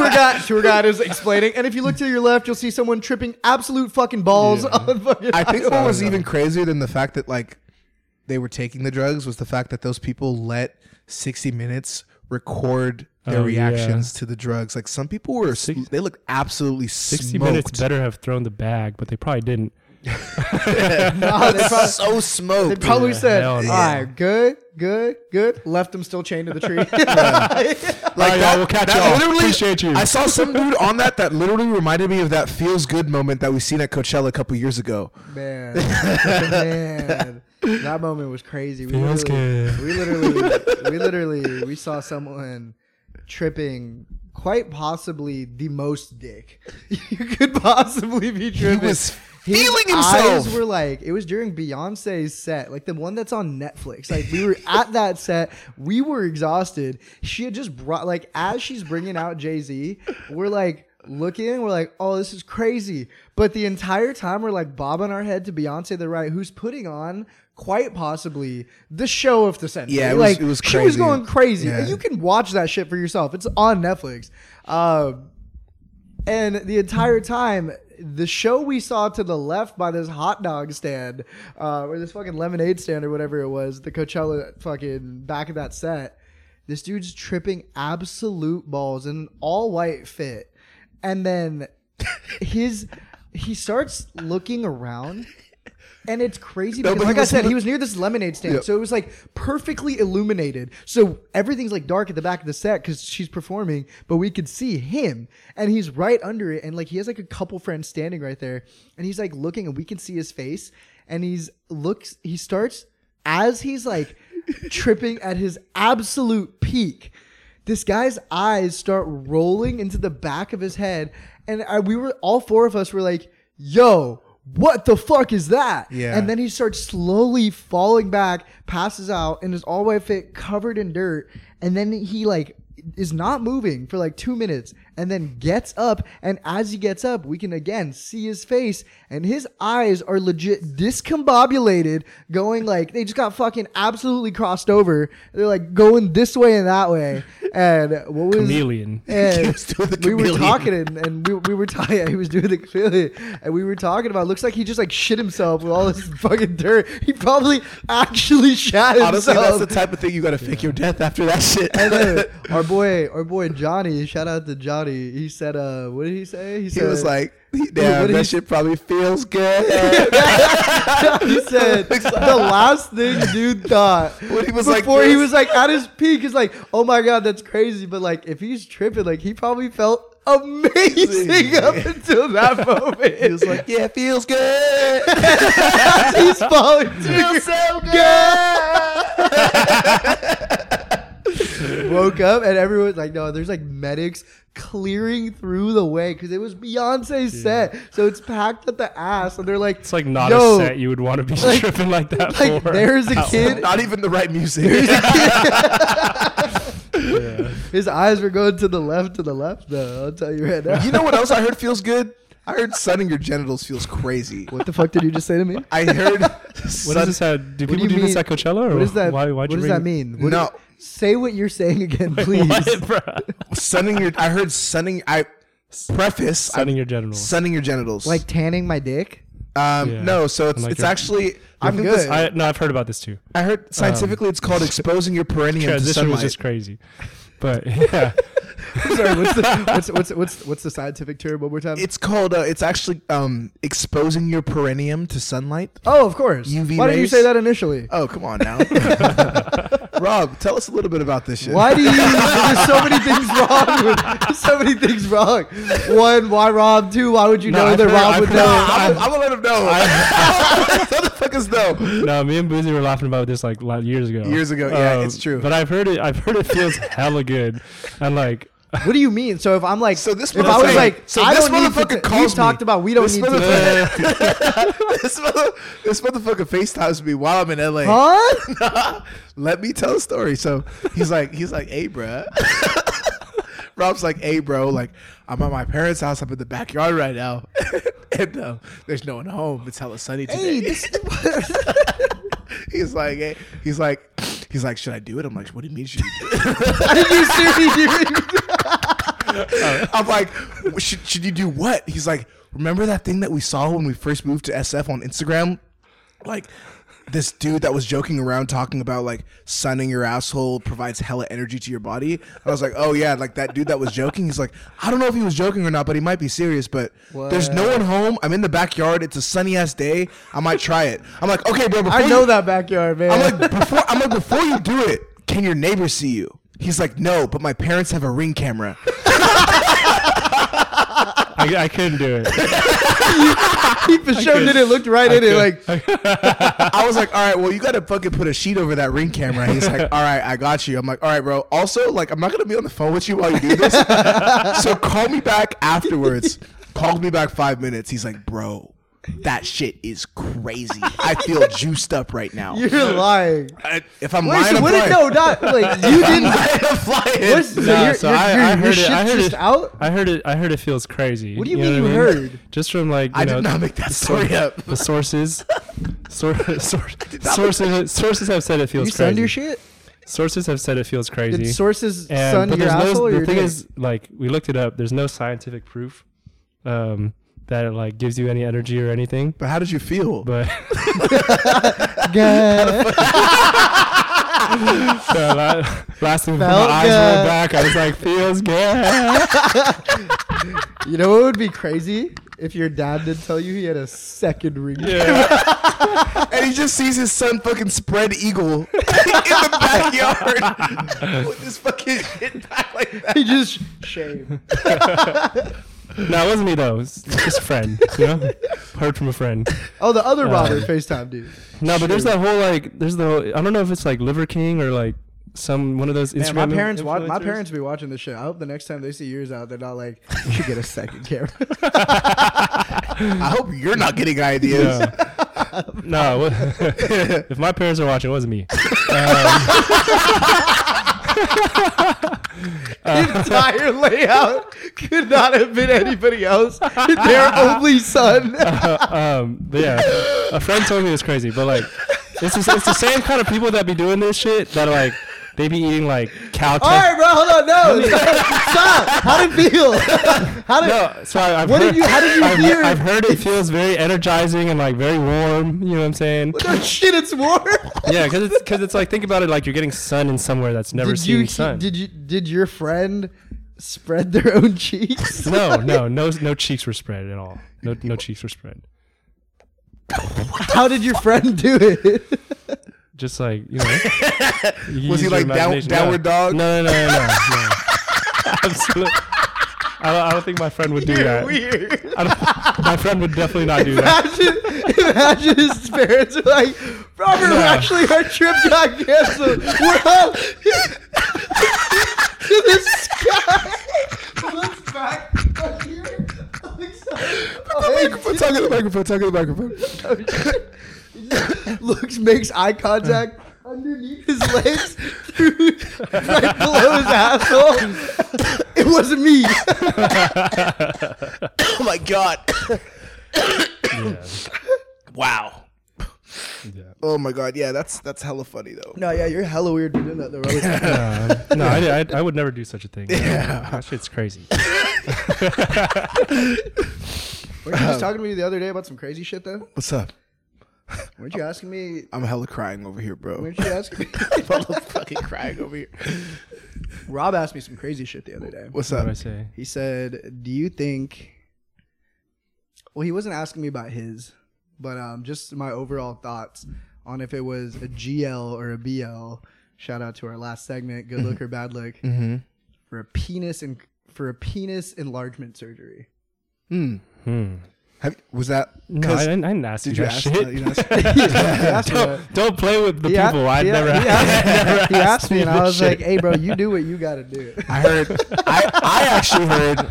guide, tour guide is explaining. And if you look to your left, you'll see someone tripping absolute fucking balls on fucking.
I think what was even crazier than the fact that like they were taking the drugs was the fact that those people let 60 Minutes record their
Oh,
reactions to the drugs. Like some people were, they looked absolutely 60
Sixty
smoked.
minutes better have thrown the bag, but they probably didn't.
Nah, they probably,
so
they
smoked.
probably
Yeah,
said,
hell
"All
no.
right, good, good, good." Left them still chained to the tree.
Like
All right,
that,
y'all, we'll catch
that
y'all.
literally-
Appreciate you.
I saw some dude on that that literally reminded me of that feels good moment that we seen at Coachella a couple years ago.
Man, man, that moment was crazy. We
Feels
literally,
good.
we literally, we literally, we saw someone tripping. Quite possibly the most dick you could possibly be tripping.
was
His
feeling himself.
Eyes were like it was during Beyonce's set, like the one that's on Netflix. Like we were at that set, we were exhausted. She had just brought like as she's bringing out Jay Z, we're like looking, we're like, oh, this is crazy. But the entire time we're like bobbing our head to Beyonce the right, who's putting on quite possibly the show of the century.
Yeah, it was-
like
it was
she was
crazy.
going crazy.
Yeah.
You can watch that shit for yourself. It's on Netflix. Uh, And the entire time, the show we saw to the left by this hot dog stand, uh, or this fucking lemonade stand or whatever it was, the Coachella fucking back of that set, this dude's tripping absolute balls in an all white fit. And then his he starts looking around. And it's crazy because,
but he
like I
was
said,
look-
he was near this lemonade stand,
Yeah.
so it was like perfectly illuminated. So everything's like dark at the back of the set because she's performing, but we could see him, and he's right under it, and like he has like a couple friends standing right there, and he's like looking, and we can see his face, and he's looks, he starts as he's like tripping at his absolute peak. This guy's eyes start rolling into the back of his head, and I, we were all four of us were like, "Yo." What the fuck is that?
Yeah.
And then he starts slowly falling back, passes out, and is all white fit, covered in dirt. And then he like is not moving for like two minutes, and then gets up. And as he gets up, we can again see his face, and his eyes are legit discombobulated, going like they just got fucking absolutely crossed over. They're like going this way and that way. And what was
Chameleon.
and
was doing the
we were
chameleon.
talking and, and we, we were talking he was doing the chameleon and we were talking about looks like he just like shit himself with all this fucking dirt he probably actually shot himself
Honestly, that's the type of thing you got to fake your death after that shit.
and then our boy our boy johnny shout out to johnny he said uh what did he say
he
said
was like,
what
"Damn,
he-
that shit probably feels good."
he said the last thing dude thought
When he was like
before he
this.
was like at his peak is like oh my god that's crazy but like if he's tripping like he probably felt amazing up until that moment
he was like, "Yeah, it feels good."
he's falling feels so good woke up and everyone's like no there's like medics clearing through the way because it was beyonce's set so it's packed at the ass and they're like
It's like not
Yo.
a set you would want to be
Like-
stripping like that
like
for.
there's a kid
Not even the right music.
his eyes were going to the left to the left though i'll tell you right now
you know what else I heard feels good? I heard sunning your genitals feels crazy.
what the fuck did you just say to me
I heard.
What
sun-
does this have? Do
What
people
do you
do, this
mean-
at Coachella? Or
what is that
Why,
what
why'd you
does
bring-
that mean What-
No.
say what you're saying again please
What, bruh?
sunning your. I heard sunning. I preface
Sunning
I,
your genitals.
sunning your genitals.
like tanning my dick
um,
Yeah.
no, so it's
Like
it's
your-
actually. I
I'm
think this-
good.
I, no, I've heard about this too.
I heard scientifically it's called exposing your perineum to
Transition
sunlight.
was just crazy, but yeah,
Sorry, what's the, what's, what's, what's, what's the scientific term one more time?
it's called. Uh, it's actually um, exposing your perineum to sunlight.
oh, of course.
UV
Why did you
rays?
say that initially?
Oh, come on now. Rob, tell us a little bit about this shit.
Why do you? There's so many things wrong. With, there's so many things wrong. One, why Rob? Two, why would you
No,
know
I've
that
heard-
Rob
I've
would
heard-
know?
No,
I'm, I'm gonna let him know. Motherfuckers know.
no. Me and Boozy were laughing about this like lot- years ago. Um,
Years ago, yeah, it's true.
But I've heard it. I've heard it feels hella good, and like
What do you mean? So if I'm like,
So this
if I was
motherfucker-
like,
so
I
this
don't need to
motherfucker
t-
calls
we've
me.
talked about we don't
This
need to.
motherfucker, this, mother, this motherfucker FaceTimes me while I'm in LA.
Huh?
Let me tell a story. So he's like, he's like, hey, bruh. Rob's like, hey, bro, like, I'm at my parents' house. I'm in the backyard right now. and um, there's no one home. It's hella sunny today.
Hey, this,
he's like, hey, he's like, he's like, should I do it? I'm like, what do you mean should you do it?
are you serious? You-
I'm like, "Well, should, should you do what? He's like, remember that thing that we saw when we first moved to SF on Instagram? Like, this dude that was joking around talking about like sunning your asshole provides hella energy to your body. And I was like, oh yeah, like that dude that was joking. He's like, I don't know if he was joking or not, but he might be serious. But there's no one home. I'm in the backyard. It's a sunny ass day. I might try it. I'm like, okay, bro. before
I
you-
know that backyard, man.
I'm like before I'm like before you do it, can your neighbors see you? He's like, no, but my parents have a ring camera.
I, I couldn't do it.
he for sure did it. Looked right at it, like
I was like, all right, well, you got to fucking put a sheet over that ring camera. He's like, all right, I got you. I'm like, all right, bro. Also, like, I'm not going to be on the phone with you while you do this. so call me back afterwards. Called me back five minutes. He's like, bro, that shit is crazy. I feel juiced up right now.
you're lying.
I- if I'm
Wait,
lying,
so
I'm
what did,
lying.
no, not like you
I'm
didn't.
lying, I'm flying.
What? So
Nah,
you're,
so
you're,
I-
you're,
I
your
heard it-
shit's
I heard it.
just out.
I heard it. I heard it feels crazy.
What do you
know
mean
what
you
I
heard?
Just from like you
I
know,
did not make that story up.
the sources. Sor- sor-
not
sources sources have said it feels
You
crazy.
send your shit.
Sources have said it feels crazy.
Did sources
And-
sun
but
your
there's
asshole
no,
or
the
your
thing
dick?
is like we looked it up. There's no scientific proof um, that like gives you any energy or anything.
But how did you feel?
But
Good.
so la- last thing before my
Felt
eyes rolled
good.
back, I was like, feels good.
You know what would be crazy if your dad did tell you he had a second ring?
Yeah.
and he just sees his son fucking spread eagle in the backyard with his fucking shit back like that.
He just shame.
no, it wasn't me though. It was just a friend. You know, heard from a friend.
Oh, the other
Uh,
Robert FaceTime dude.
No, but there's that whole like, there's the whole, I don't know if it's like Liver King or like some one of those
Man,
Instagram.
my parents wa- my
influencers.
parents be watching this shit. I hope the next time they see yours out, they're not like, you should get a second camera.
I hope you're not getting ideas.
No, it wa- if my parents are watching, it wasn't me. Um,
Entire layout could not have been anybody else. Their only son.
um, but yeah, a friend told me it was crazy, but like, it's the, it's the same kind of people that be doing this shit that like they be eating like cow.
All right, bro. Hold on. No, stop. How did it feel? How did?
No, so I, I've
What
heard,
did you? How did you
I've,
hear?
I've heard it feels very energizing and like very warm. You know what I'm saying?
No shit. It's warm.
Yeah, because it's because it's like think about it like you're getting sun in somewhere that's never
Did
seen
you?
sun.
Did you? Did your friend spread their own cheeks?
no, no, no, no cheeks were spread at all. No, no cheeks were spread.
How did your friend do it?
Just like you know. you use
Was he
your
like down,
imagination. No.
downward dog?
No, no, no, no, no. no. Absolutely. I don't, I don't think my friend would do that.
Weird.
I don't, my friend would definitely not do that.
Imagine, imagine his parents are like, Robert, actually, our trip got canceled. We're up to the sky. Looks back up here. Looks up-
Microphone, talk in the microphone, talk in the microphone.
looks, makes eye contact underneath his legs, through, right below his asshole. It wasn't me.
Oh my god.
Yeah.
Wow.
Yeah.
Oh my god. Yeah, that's that's hella funny though.
No, yeah, you're hella weird for doing that, though. Robert.
Um, no, I, I, I would never do such a thing.
Yeah.
That shit's crazy.
Weren't you just talking to me the other day about some crazy shit, though?
What's up?
Weren't you asking me?
I'm hella crying over here, bro.
Weren't you asking me?
Motherfucking crying over here.
Rob asked me some crazy shit the other day.
What's
What
up?
I say?
He said, "Do you think?" Well, he wasn't asking me about his, but um, just my overall thoughts on if it was a GL or a BL. Shout out to our last segment, good look or bad look,
Mm-hmm.
for a penis and for a penis enlargement surgery.
Hmm.
Hmm.
Have, was that?
No, I, I
'cause-
didn't ask
did
you
you
that
ask?
shit.
that? You didn't ask-
He asked me that.
don't, don't play with the
He a-
people. I
he a-
never, asked,
he asked,
never
he asked me, and I
this
was like,
shit.
"Hey, bro, you do what you got to do."
I heard. I I actually heard.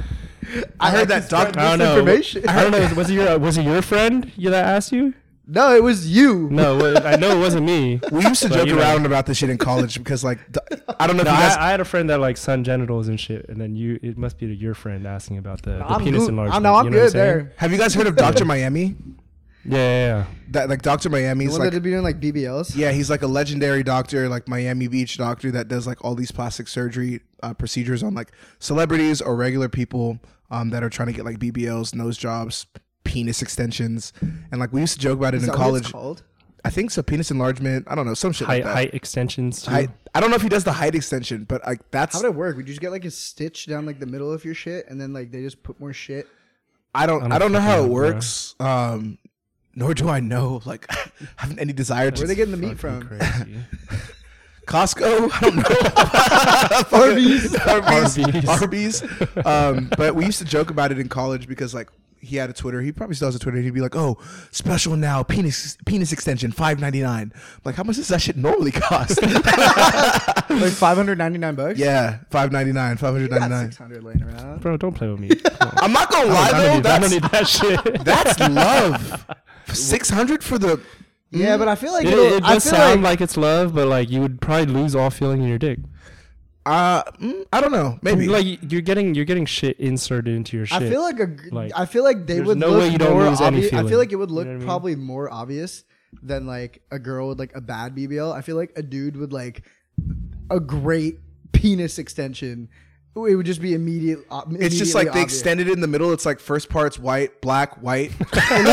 I heard that doctor.
I don't know.
misinformation.
I don't know. Was it your was it your friend you that asked you?
No, it was you.
No, it- I know it wasn't me.
We used to
But,
joke
you know.
around about this shit in college because, like, d- I don't know if
No,
you guys.
I, I had a friend that like sun genitals and shit, and then you it must be to your friend asking about the, the
I'm
penis
good.
enlargement.
I know I'm
you
good
what I'm
there.
have you guys heard of Doctor Miami?
saying? Yeah,
That like Doctor
The
Miami's
one
like.
that be doing like BBLs.
Yeah, he's like a legendary doctor, like Miami Beach doctor that does like all these plastic surgery uh, procedures on like celebrities or regular people um, that are trying to get like BBLs, nose jobs, penis extensions, and like we used to joke about it
Is
in
that what it's
college.
called?
I think so, penis enlargement. I don't know, some shit
yeah. Height,
like that.
height extensions. Too.
Height- I don't know if he does the height extension, but like that's
How would it work? Would you just get like a stitch down like the middle of your shit, and then like they just put more shit?
I don't
I'm
I don't know how it
fucking up, bro.
works. Um, nor do I know like have any desire
Where are
to
they getting the meat from?
Crazy.
Costco. I don't know.
Arby's.
Arby's.
Arby's.
Arby's. Um, but we used to joke about it in college because like he had a Twitter. He probably still has a Twitter. He'd be like, "Oh, special now, penis penis extension, five ninety nine. Like, how much does that shit normally cost?
like five hundred ninety nine bucks.
yeah, five ninety nine, five hundred ninety nine.
six hundred laying around.
Bro, don't play with me. Come on.
I'm not gonna
I don't,
lie though,
need, I don't
that's,
need that shit.
that's love. Six hundred for the
Yeah, but I feel like
it,
it'll,
it
I feel
does sound
like,
like, it's love, but like you would probably lose all feeling in your dick.
uh, mm, I don't know, maybe.
Like y- you're getting you're getting shit inserted into your shit.
I feel like a g I
Like,
I feel like they
there's
would
no
look
way you don't
more
lose any
obvious. I feel
feeling.
like it would
You
look
know what I mean?
probably more obvious than like a girl with like a bad BBL. I feel like a dude with like a great penis extension It would just be immediate. ob-
It's just like
immediately
they
obvious.
extended it in the middle. It's like first part's white, black, white.
It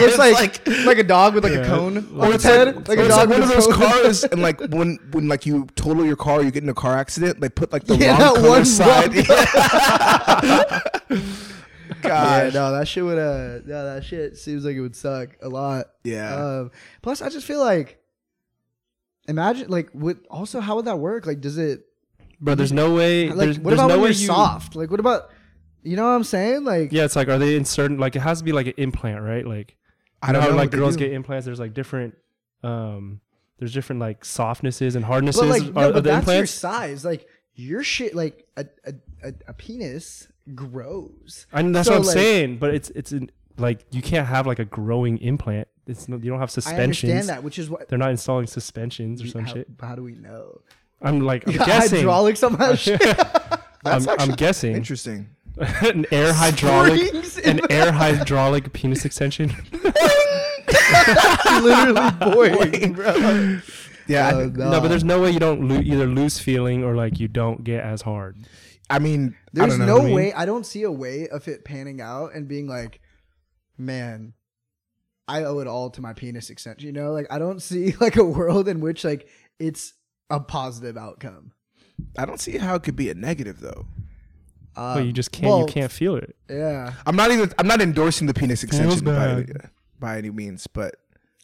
looks like,
like-
like a dog with like a cone on its head, like,
Or
a
it's
dog
like one of
with a
those
cone.
cars, and like when when like you total your car, you get in a car accident. They put like the
Yeah,
wrong
that
color
one wrong
side.
Yeah,
God,
no, that shit would. Uh, no, that shit seems like it would suck a lot.
Yeah.
Um, plus, I just feel like, imagine like with also how would that work? Like, does it
Bro, there's no way.
like
there's,
what
there's
about
no
when
way
you're
you-
soft? Like, what about you know what I'm saying? Like,
Yeah, it's like are they inserting like it has to be like an implant, right? Like
I
know
don't
how,
know.
like
what they
girls
do.
get implants. There's like different, um, there's different like softnesses and hardnesses
but like
of-
no,
of
but
the
that's your
implants.
size. Like your shit, like a a, a, a penis grows.
and that's
so,
what I'm
like-
saying. But it's it's an, like you can't have like a growing implant. It's no- you don't have
I
suspensions.
understand that, which is what.
They're not installing suspensions or some
how,
shit.
how do we know?
I'm like I'm guessing.
Hydraulics on that shit.
I'm, I'm guessing
Interesting.
an air hydraulic,
Springs in
an air hydraulic penis extension.
literally boy, bro.
Yeah, I,
Uh,
think-
No, but there's no way you don't lo- either lose feeling or like you don't get as hard.
I mean, I
There's
don't know. I
no
mean,
way. I don't see a way of it panning out and being like, man, I owe it all to my penis extension. You know, like I don't see like a world in which like it's a positive outcome.
I don't see how it could be a negative though.
Um,
But you just can't. you
well,
can't feel it.
Yeah,
I'm not even. I'm not endorsing the penis extension by,
bad.
by any means, but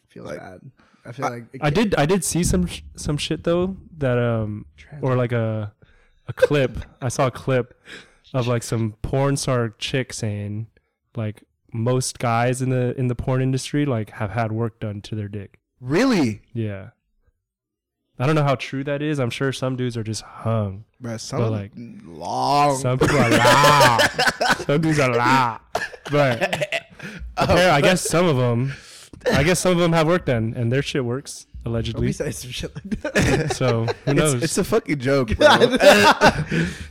feels
Like-
bad. I feel like it
I
can't-
did. I did see some sh- some shit though that um or like a a clip. I saw a clip of like some porn star chick saying like most guys in the in the porn industry like have had work done to their dick.
really,
Yeah. I don't know how true that is. I'm sure some dudes are just hung.
bro,
But,
some
like,
long. Ah,
Some people are la. Some dudes are la. But apparently, I guess some of them, I guess some of them have work done, and their shit works
Don't be
allegedly.
saying some shit like that.
So who
it's,
knows?
it's a fucking joke, bro.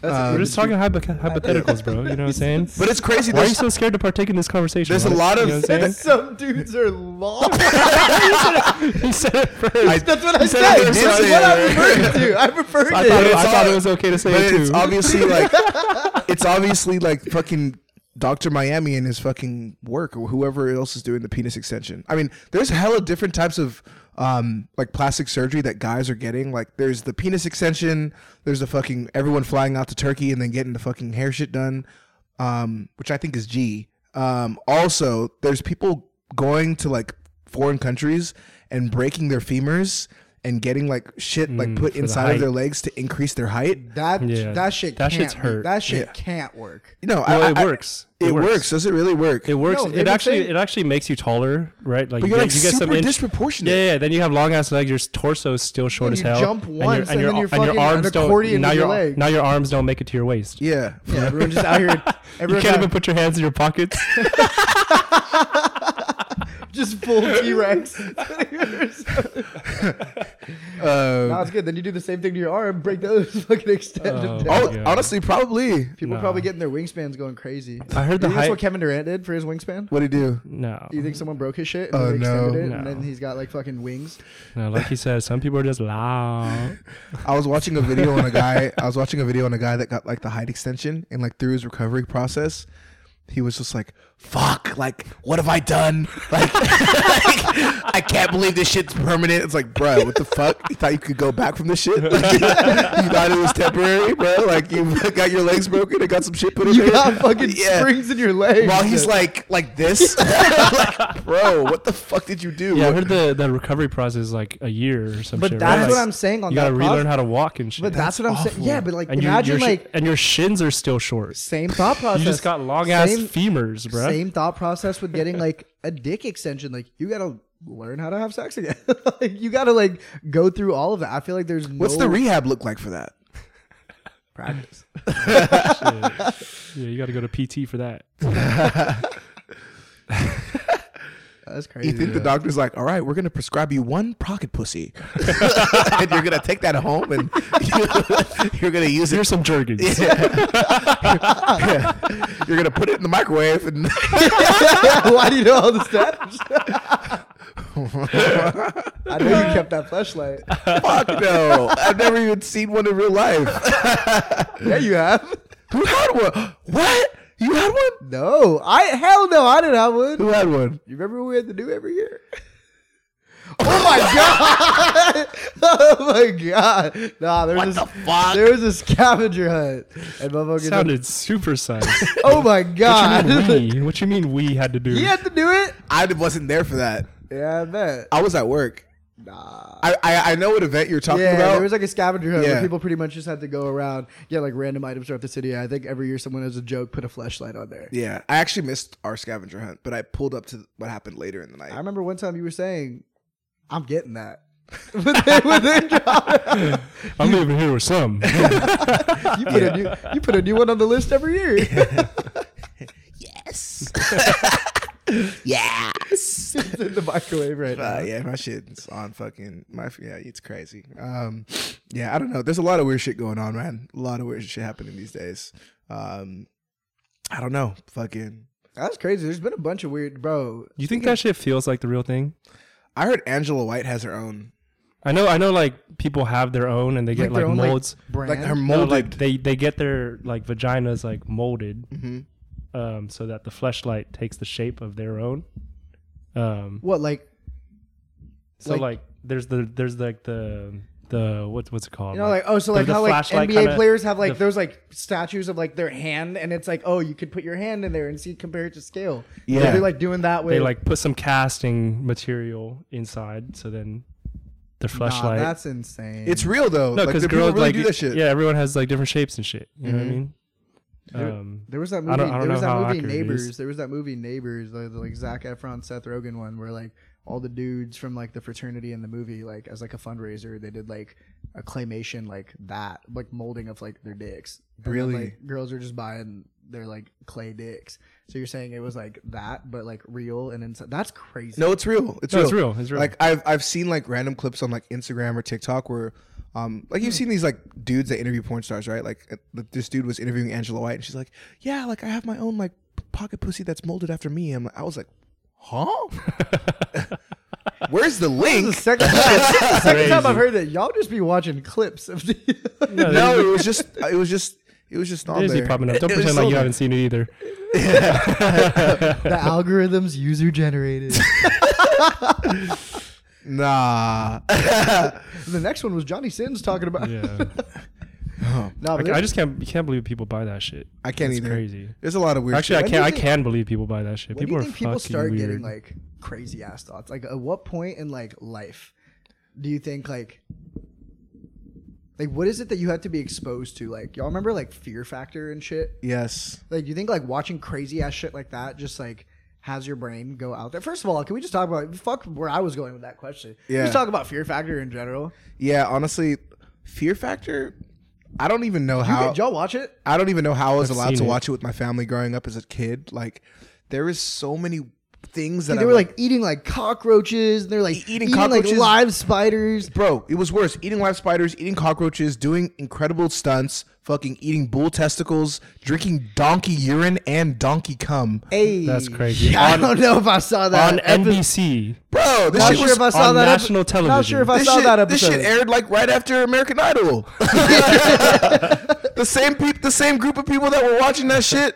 Um,
We're just talking hypo- hypotheticals, bro. You know what I'm saying?
Uh, but it's crazy.
Why are you
There's,
so scared to partake in this conversation?
there's a
Alex?
lot of.
You know what I'm saying?
Some dudes are long.
He said it first.
I-
That's what I said.
it
That's
first,
what
yeah,
I
yeah,
referred to. I referred
I
to.
thought, it,
it's
I thought
all-
it was okay to say
But
it too.
it's obviously like it's obviously like fucking Dr. Miami and his fucking work or whoever else is doing the penis extension. I mean, there's hella different types of um like plastic surgery that guys are getting. Like there's the penis extension, there's the fucking everyone flying out to Turkey and then getting the fucking hair shit done. Um, which I think is G. Um also there's people going to like foreign countries and breaking their femurs and getting like shit like
Mm,
put
for the
inside of
height.
their legs to increase their height.
That
Yeah.
that shit.
That
That
shit's
shit's
hurt.
hurt. That shit
Yeah.
can't work.
No,
well,
I,
it
I-
works.
It, works. Does it really work?
It works.
No,
it
they would
actually
say-
it actually makes you taller, right? Like
but you're
get-
like super
inch-
disproportionate.
Yeah, yeah, yeah. Then you have long ass legs. Your torso is still short
And
as
you
hell.
jump once, and then you're fucking an accordion
now
with
your
your leg.
now your arms don't make it to your waist.
Yeah.
Yeah, everyone just out here.
You
Everyone
can't
out-
even put your hands in your pockets.
just full T Rex. no,
Um,
it's good. Then you do the same thing to your arm, break those fucking extended.
Oh.
down.
Oh,
Yeah.
honestly, probably.
People are probably getting their wingspans going crazy.
I heard the
You think that's
height.
what Kevin Durant did for his wingspan.
What do you do?
no,
You think someone broke his shit and
Oh,
they extended
no.
it,
No.
and then he's got like fucking wings.
no. Like he said, some people are just loud.
I was watching a video on a guy. I was watching a video on a guy that got like the height extension, and like through his recovery process, he was just like, "Fuck! Like, what have I done? Like, I can't believe this shit's permanent." It's like, bro, what the fuck? You thought you could go back from this shit? Like, you thought it was temporary, bro? Like, you got your legs broken and got some shit put in
You
there.
got fucking
Yeah.
springs in your legs.
While he's like like this, like, bro, what the fuck did you do?
Yeah, I heard the, the recovery process is like a year or some
But
shit.
that's
right?
what
Like,
I'm saying on
You gotta
that
relearn
proce-
how to walk and shit.
But that's, what I'm saying. Yeah, but like
And your-
imagine
your shi-
like
and your shins are still short.
same thought process.
You just got long ass
Same-
femurs, bro.
Same thought process with getting like a dick extension. Like you gotta learn how to have sex again. like you gotta like go through all of that. I feel like there's no
What's the rehab look like for that?
practice.
Yeah, you gotta go to PT for that.
That's crazy.
You think the doctor's like, all right, we're gonna prescribe you one pocket pussy, and you're gonna take that home and you're gonna use it.
Here's some jergens.
You're gonna put it in the microwave, and
Why do you know all the steps? I know you kept that flashlight.
fuck no, I've never even seen one in real life.
Yeah, you have.
Who had one? What? You had one?
No, I hell no, I didn't have one.
Who had one?
You remember what we had to do every year? Oh my god! Oh my god! Nah, there was this, there was a scavenger hunt, and motherfucker.
Sounded supersized.
oh my
what
god!
you mean we? What you mean we had to do?
he had to do it.
I wasn't there for that.
Yeah, I bet.
I was at work.
Nah.
I I, I know what event you're talking
Yeah,
about.
there was like a scavenger hunt where
Yeah.
people pretty much just had to go around get like random items throughout the city. I think every year someone has a joke put a flashlight on there.
yeah, I actually missed our scavenger hunt, but I pulled up to what happened later in the night.
I remember one time you were saying, "I'm getting that." When they- when they dropped it.
I'm leaving here with some.
you put a new you put a new one on the list every year.
yes. yes.
it's in the microwave right now.
Uh, yeah, my shit's on fucking my yeah, it's crazy. Um, yeah, I don't know. There's a lot of weird shit going on, man. A lot of weird shit happening these days. Um, I don't know. Fucking,
That's crazy. There's been a bunch of weird, bro.
you think that shit feels like the real thing?
I heard Angela White has her own,
I know. I know. Like people have their own, and they get like,
Like their own, like,
molds.
Brand.
like her
No,
molded.
like they they get their like vaginas like molded,
Mhm.
um, so that the fleshlight takes the shape of their own. Um,
what like
so
Like-
like, there's the there's like the the what's what's it called?
you know like oh so like
the
how like
flashlight
NBA
kinda-
players have like
the-
those like statues of like their hand and it's like oh you could put your hand in there and see compare it to scale.
Yeah.
So they're like doing that with
they like put some casting material inside, so then the
Nah,
flashlight.
that's insane.
it's real though.
no,
like,
because
the people
girls
really
like
do that shit.
yeah, everyone has like different shapes and shit. You know what I
Mhm.
mean?
There-
Um,
There was that movie.
I don't- I don't
there was
know
that
how
movie
accurate it is.
Neighbors. There was that movie Neighbors, the, the like Zac Efron, Seth Rogen one, where like all the dudes from like the fraternity in the movie, like as like a fundraiser, they did like a claymation like that, like molding of like their dicks. And then,
Really?
like, girls are just buying their like clay dicks. So you're saying it was like that, but like real and inside. That's crazy.
No, it's real. It's
No,
real.
it's real. It's real.
Like I've I've seen like random clips on like Instagram or TikTok where, um, like you've
Hmm.
seen these like dudes that interview porn stars, right? Like uh, like, this dude was interviewing Angela White, and she's like, "Yeah, like I have my own like p- pocket pussy that's molded after me." And I was like, "Huh? Where's the
This
link?"
is the second time. this is the second time
Crazy.
I've heard that. Y'all just be watching clips of the.
No,
No, it was just it was just it was just on
There's
there.
you popping up. Don't
It was
pretend like
so
you
there.
haven't seen it either.
the algorithms user generated.
Nah.
The next one was Johnny Sins talking about.
Yeah,
No, but
I, I just can't you can't believe people buy that shit.
I can't
It's
either.
crazy.
There's a lot of weird.
Actually, I
shit.
When do
can
you
I
think-
can believe people buy that shit.
When
People
do
are
you think people
fucking
start
weird.
getting like crazy ass thoughts? Like, at what point in like life do you think like, like what is it that you have to be exposed to? Like, y'all remember like Fear Factor and shit?
Yes.
Like, you think like watching crazy ass shit like that just like has your brain go out there? First of all, can we just talk about fuck where I was going with that question?
Yeah.
Just talk about Fear Factor in general.
Yeah. Honestly, Fear Factor. I don't even know
You,
how.
did y'all watch it?
I don't even know how I was
I've
allowed
seen
to
it.
watch it with my family growing up as a kid. Like, there is so many things that
Dude, they
I
were
would-
like eating like cockroaches. And they're like
E- eating
eating, like
cockroaches?
live spiders.
bro, it was worse. Eating live spiders, eating cockroaches, doing incredible stunts, fucking eating bull testicles, drinking donkey urine and donkey cum.
Hey,
That's crazy.
I
On-
don't know if I saw that
on
epi-
NBC?
Bro, this
Not
shit
sure
was.
if I saw
on
that epi-
national
Not sure if I
this,
saw
shit,
that
this
episode.
shit aired like right after American Idol. the same peop- the same group of people that were watching that shit,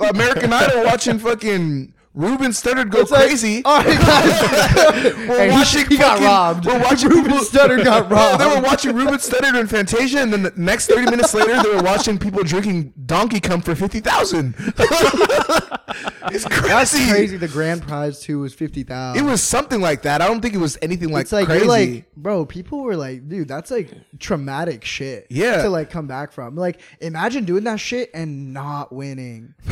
American Idol, watching fucking Ruben Studdard go
It's like, oh,
crazy.
All right, guys.
We're
Hey,
watching.
he got
fucking-
robbed.
We're watching
Ruben
people-
Studdard got
Bro,
robbed.
They were watching Ruben Studdard and Fantasia, and then the next thirty minutes later, they were watching people drinking Donkey Cum for fifty thousand. it's crazy.
That's crazy. The grand prize too was fifty
It
thousand.
was something like that. I don't think it was anything like,
It's like
crazy.
you're like, bro. People were like, dude, that's like traumatic shit.
Yeah.
To like come back from. Like, imagine doing that shit and not winning.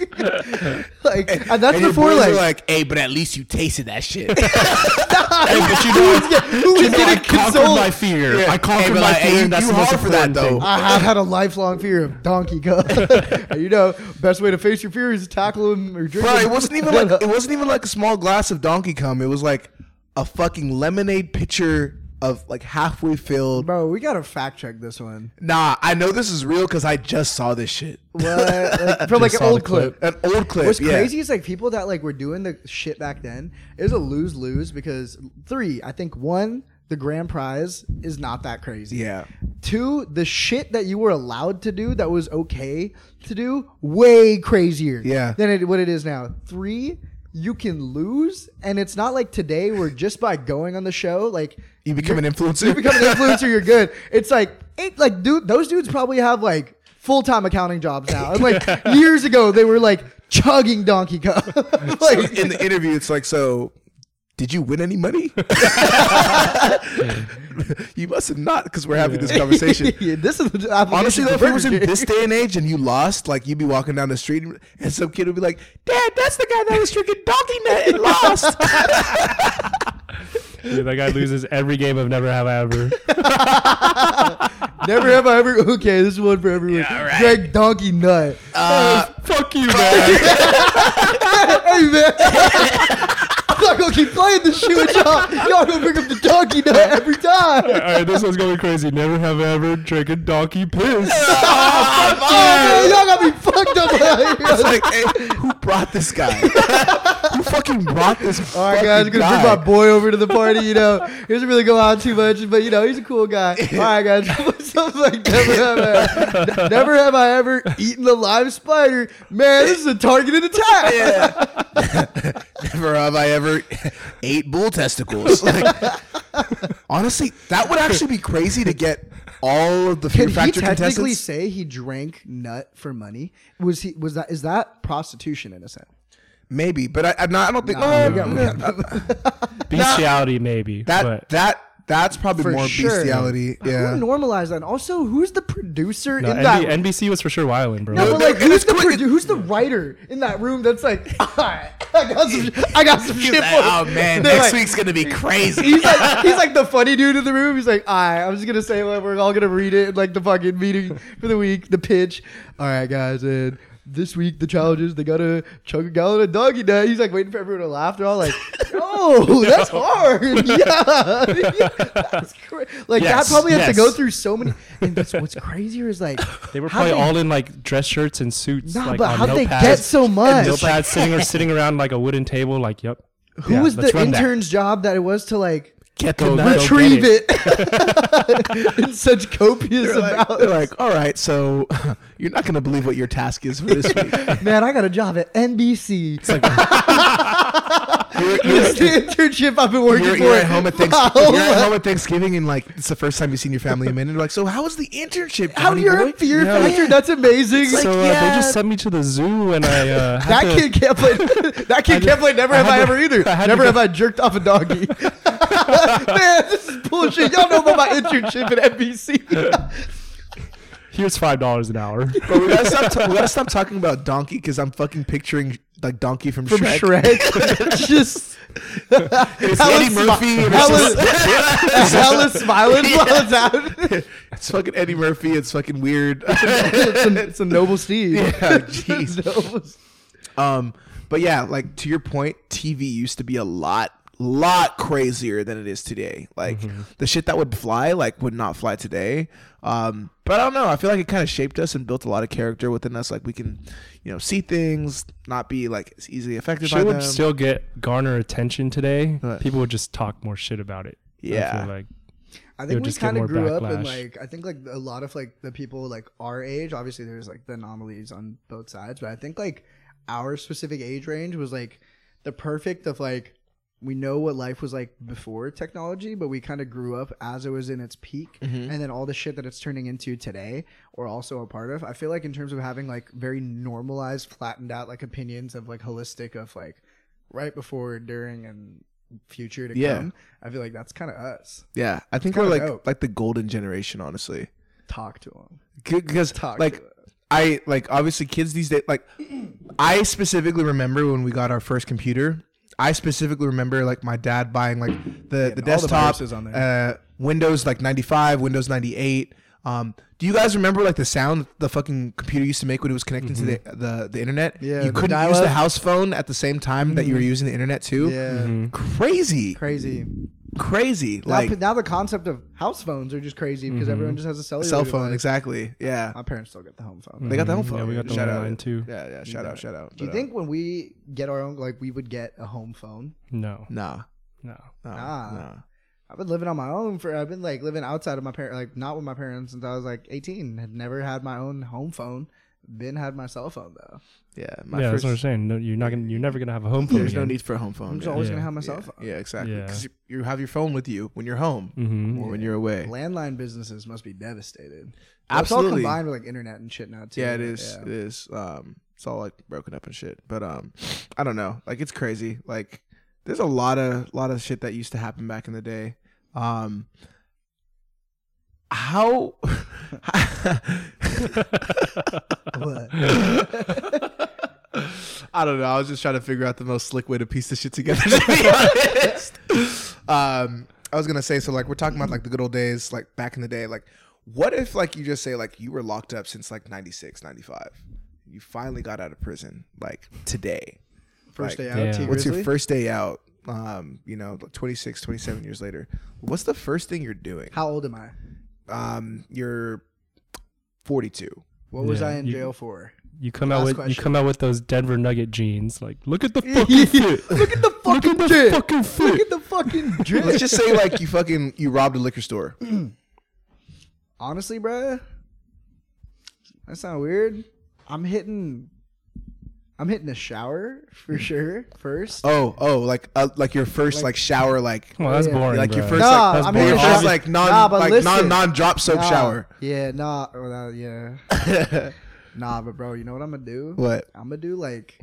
like, and that's
and your
before
boys are
like,
like, hey, but at least you tasted that shit.
but you know,
who was getting consoled?
fear.
Yeah. Hey, but like, hey, you- you
the most
hard for that,
important thing.
though.
I have had a lifelong fear of Donkey Kong. you know, best way to face your fear is to tackle him or drink
Bro,
him.
it wasn't even like it wasn't even like a small glass of Donkey Cum. It was like a fucking lemonade pitcher of like halfway filled.
Bro, we gotta fact check this one.
Nah, I know this is real because I just saw this shit.
What? Like, from like an
saw
old
the clip.
clip.
An old clip.
What's
yeah.
crazy is like people that like were doing the shit back then. It was a lose lose because three. I think one, the grand prize is not that crazy.
Yeah.
Two, the shit that you were allowed to do that was okay to do, way crazier
Yeah.
than it, what it is now. Three, you can lose, and it's not like today where just by going on the show, like
You become an influencer.
you become an influencer, you're good. It's like it like dude, those dudes probably have like full time accounting jobs now. And like years ago, they were like chugging Donkey Cup. like
in the interview, it's like, so did you win any money? you must have not, because we're having this conversation.
yeah, this is the
Honestly,
application
though, if
for
it was in
Burger King.
this day and age and you lost, like you'd be walking down the street and- and some kid would be like, "Dad, that's the guy that was drinking donkey nut and lost."
Yeah, that guy loses every game of Never Have I Ever.
Never have I ever. Okay, this is one for everyone. Greg Donkey Nut.
Uh,
Fuck you, man.
hey man, I'm not gonna keep playing this shit with y'all. Y'all gonna bring up the Donkey Nut every
All
time.
right, this one's going crazy. Never have I ever drinking donkey piss.
Oh, man, y'all got me fucked up.
It's like, hey, who brought this guy? who fucking brought this?
All right, guys, I'm gonna bring my boy over to the party. You know, he doesn't really go out too much, but you know, he's a cool guy. All right, guys, something like never have, I, never have I ever eaten a live spider. Man, this is a targeted attack.
Never have I ever ate bull testicles. Like, honestly, that would actually be crazy to get all of the
Can
Fear
he
Factor
technically
contestants.
say he drank nut for money? Was he? Was that? Is that prostitution in a sense?
Maybe, but I, I'm not. I don't think.
Nah,
oh,
we got- we got-
Bestiality, maybe.
that
but
that that's probably
For
more
sure.
bestiality. Yeah.
Who normalized that? And also, who's the producer
no,
in that?
NB- NBC was for sure wilding, bro.
No, but
No,
like,
and
who's
it's
the
quick-
produ- who's the writer in that room? That's like, all right, I got some, I got some shit for you."
"Oh,
They're like-
gonna be crazy.
He's like, he's like the funny dude in the room. He's like, all right, I'm just gonna say what we're all gonna read it in like the fucking meeting for the week, the pitch. All right, guys, and this week the challenge is they gotta chug a gallon of doggy nut. He's like waiting for everyone to laugh. They're all like, oh, that's hard. yeah, that's cra- like
Yes,
that probably has
yes.
to go through so many. And that's what's crazier is like
they were
how
probably
they-
all in like dress shirts and suits.
Nah,
like,
but
on
how'd they
notepads.
get so much?
Notepads sitting or sitting around like a wooden table. Like, yep.
Who
Yeah,
was
let's
the
run that.
intern's job that it was to like
Get
Go-
the
go
nut.
get
retrieve it, in such copious
They're like,
amounts?
they're like, all right, so you're not gonna believe what your task is for this week.
Man, I got a job at NBC. It's
You're,
the
you're-
internship I've been working
you're-
for.
you're at home at
oh my
Thanksgiving.
whole
You're at
life.
home at Thanksgiving, and like it's the first time you've seen your family in a minute. You're like, so how was the internship?
How
Johnny
you're
boy?"
a fear
Yeah.
factor? That's amazing.
so uh, they just sent me to the zoo, and I uh, had
that
to-
kid can't play. That kid
had-
can't play. Never
I
have
had
I
to-
ever either.
I had
Never
to
have
go-
I jerked off a doggy. Man, this is bullshit. Y'all know about my internship at NBC.
Here's five dollars an hour.
But we gotta stop. ta- we gotta stop talking about donkey because I'm fucking picturing like donkey from,
From
Shrek.
Shrek, just
It's
How
Eddie
is-
Murphy. and
how
it's just-
hella smiling while it's out.
It's fucking Eddie Murphy. It's fucking weird.
it's, a, it's a noble Steve.
Yeah, jeez.
It's a noble-
Um, but yeah, like to your point, TV used to be a lot, lot crazier than it is today. Like
Mm-hmm.
the shit that would fly, like would not fly today. Um, but I don't know. I feel like it kind of shaped us and built a lot of character within us. Like we can, you know, see things, not be like as easily affected by
Shit
them.
would still get garner attention today.
Right.
People would just talk more shit about it. I
Yeah.
feel like
I
You'll
think we
just get
kind
more
of grew up in
backlash.
like I think like a lot of like the people like our age. Obviously, there's like the anomalies on both sides, but I think like our specific age range was like the perfect of like we know what life was like before technology, but we kind of grew up as it was in its peak,
Mm-hmm.
and then all the shit that it's turning into today, we're also a part of. I feel like in terms of having like very normalized, flattened out like opinions of like holistic of like right before, during, and future to
Yeah.
come. I feel like that's kind of us.
yeah, I think we're
kinda
like
dope.
like the golden generation, honestly.
Talk to them.
because
Talk
like
to us.
I like obviously kids these days like I specifically remember when we got our first computer. I specifically remember like my dad buying like the the
and all the
desktop
viruses on
Uh, Windows like 95, Windows 98. Um, do you guys remember like the sound the fucking computer used to make when it was connected to the, the the internet?
Yeah,
you
the
couldn't use the Mm-hmm.
dial-up.
house phone at the same time that you were using the internet too.
Yeah,
Crazy,
crazy.
crazy.
Like,
Like
now, the concept of house phones are just crazy because everyone just has a cellular
cell phone,
device.
exactly. Yeah,
My parents still get the home
Mm-hmm.
phone.
they got the home phone.
mm, yeah, we got the
shout out.
online too.
Yeah, yeah. Shout out, shout out.
Do you
But, uh,
think when we get our own, like we would get a home phone?
No,
Nah.
no.
No,
Ah.
no.
I've been living on my own for. I've been like living outside of my parents, like not with my parents since I was like 18. Had never had my own home phone. Been had my cell phone though.
Yeah, my
yeah,
first.
that's what I'm saying. No, you're not gonna, you're never gonna have a home phone.
There's no
again.
need for a home phone.
I'm just
yeah.
always
Yeah.
gonna have my
yeah.
cell phone.
Yeah, exactly.
Yeah.
Because you, you have your phone with you when you're home
Mhm.
or when you're away.
Landline businesses must be devastated. Well,
Absolutely.
It's all combined with like internet and shit now too.
Yeah, it
but
is.
yeah.
It is. Um, it's all like broken up and shit. But um, I don't know. Like it's crazy. Like there's a lot of lot of shit that used to happen back in the day. Um, how?
Mm-hmm.
I don't know. I was just trying to figure out the most slick way to piece this shit together. To be honest.
um i was gonna say so like we're talking about like the good old days like back in the day like what if like you just say like you were locked up since like 96 95 you finally got out of prison like today
First
Like,
day out.
damn.
T.
what's your
Grizzly?
first day out um you know like 26 27 years later what's the first thing you're doing
How old am I?
um you're 42
What was
Yeah,
I in
you-
jail for?
You come
Last
out with you
question.
come out with those Denver Nugget jeans. Like, look at the fucking fit.
Look at the
Look
fucking
at the
drip.
fucking
Look
fit.
at the fucking
let's
drip.
just say like you fucking you robbed a liquor store
Honestly, bruh, that sound weird. I'm hitting. I'm hitting the shower for sure first.
oh oh like uh, like your first like shower like
Well, that's
Yeah.
boring.
like your
bro.
first
Nah,
like,
I
mean,
your
it's
first
obvi-
like non
Nah, but
like non
listen.
non drop soap
Nah.
shower.
Yeah, nah, well, that- yeah, nah. But bro, you know what I'm gonna do?
What?
I'm gonna do like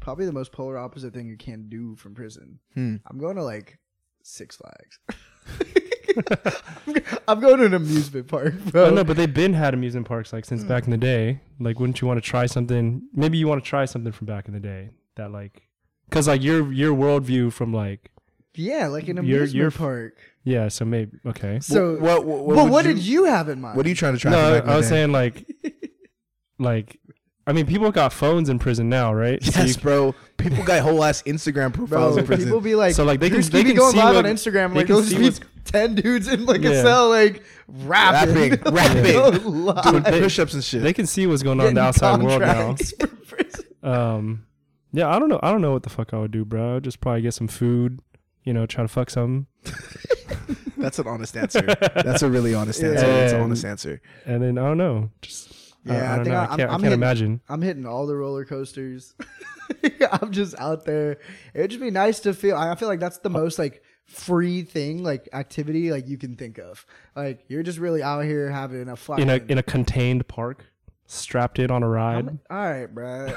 probably the most polar opposite thing you can do from prison.
Hmm.
I'm going to like Six Flags. I'm go- I'm going to an amusement park,
Oh,
bro.
no, but they've been had amusement parks like since back in the day. Like, wouldn't you want to try something? Maybe you want to try something from back in the day that like, because like your your worldview from like
yeah, like an
You're-
amusement
you're-
park.
yeah. So maybe okay.
So,
Wh- what what, what,
but
would
what
you,
did you have in mind?
what are you trying to try?
No,
back in
I
the
was
day?
saying like, like, I mean, people got phones in prison now, right? So
yes,
you-
bro. People got whole ass Instagram profiles
bro?
in prison.
People be like,
So, like, they
Bruce
can- they
Lee be
can
going
see
live
what-
on Instagram,
they
like
can
those
see what's-
just be ten dudes in like a
Yeah.
cell, like rapping,
Rapping, rapping.
Like, go live.
doing push ups and shit.
they can see what's going on in the
Getting
outside world now.
contracts for prison.
Um, yeah, I don't know. I don't know what the fuck I would do, bro. I'd just probably get some food. You know, try to fuck something,
That's an honest answer. That's a really honest answer. That's an
And-
honest answer.
and then I don't know. Just I-
Yeah,
I,
I
don't
think
know. I
I- I'm-
can't. I
I'm
can't
hitting-
imagine.
I'm hitting all the roller coasters. I'm just out there. It'd just be nice to feel. I I feel like that's the most like free thing, like activity, like you can think of. Like you're just really out here having a
in
fucking.
a in a contained park, strapped in on a ride.
all right, bro.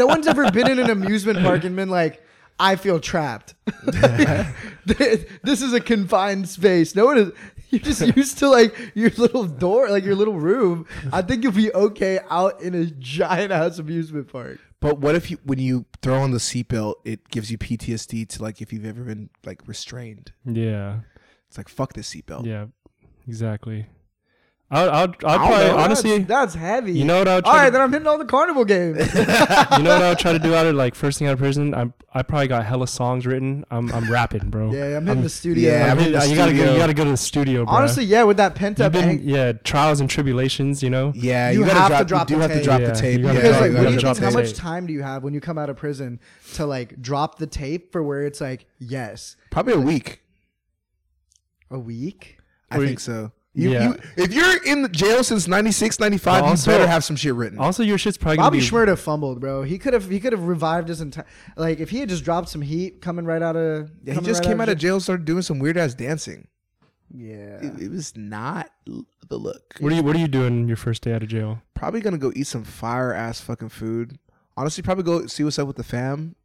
no one's ever been in an amusement park and been like, I feel trapped. this is a confined space. No one is. You're just used to like your little door, like your little room. I think you'll be okay out in a giant ass amusement park.
But what if you when you throw on the seatbelt, it gives you PTSD to like if you've ever been like restrained.
yeah,
It's like fuck this seatbelt.
yeah, exactly. I would, I would, I would
don't
probably
know.
honestly,
that's, that's heavy.
you know what I would
all
try
right,
to,
then I'm hitting all the carnival games.
you know what I would try to do out of like first thing out of prison. I'm I probably got hella songs written. I'm I'm rapping, bro.
yeah, I'm hitting the studio.
yeah,
I'm
I'm in
hitting-
the
you gotta go,
studio.
you gotta go to the studio, bro.
Honestly, yeah, with that pent
you've
up,
been
ang-
yeah trials and tribulations, you know.
Yeah,
You
gotta
have to
drop,
drop
You do
the
have to
tape.
drop
Yeah,
the tape.
you gotta
Because
Yeah,
like,
you
what do
gotta
you
drop
think,
the
how much
tape.
time do you have when you come out of prison to like drop the tape for where it's like yes
Probably a week.
a week?
I
Wait.
think so. You,
Yeah.
you, if you're in the jail since 96, 95,
But also-
you better have some shit written.
Also, your shit's probably gonna
Bobby
be
Schmurda fumbled, bro. He could have he could have revived his entire like if he had just dropped some heat coming right out of
yeah, he
coming
just
right
came out of jail, started doing some weird ass dancing.
yeah.
It, it was not l- the look.
What are you What are you doing your first day out of jail?
Probably gonna go eat some fire ass fucking food. Honestly, probably go see what's up with the fam.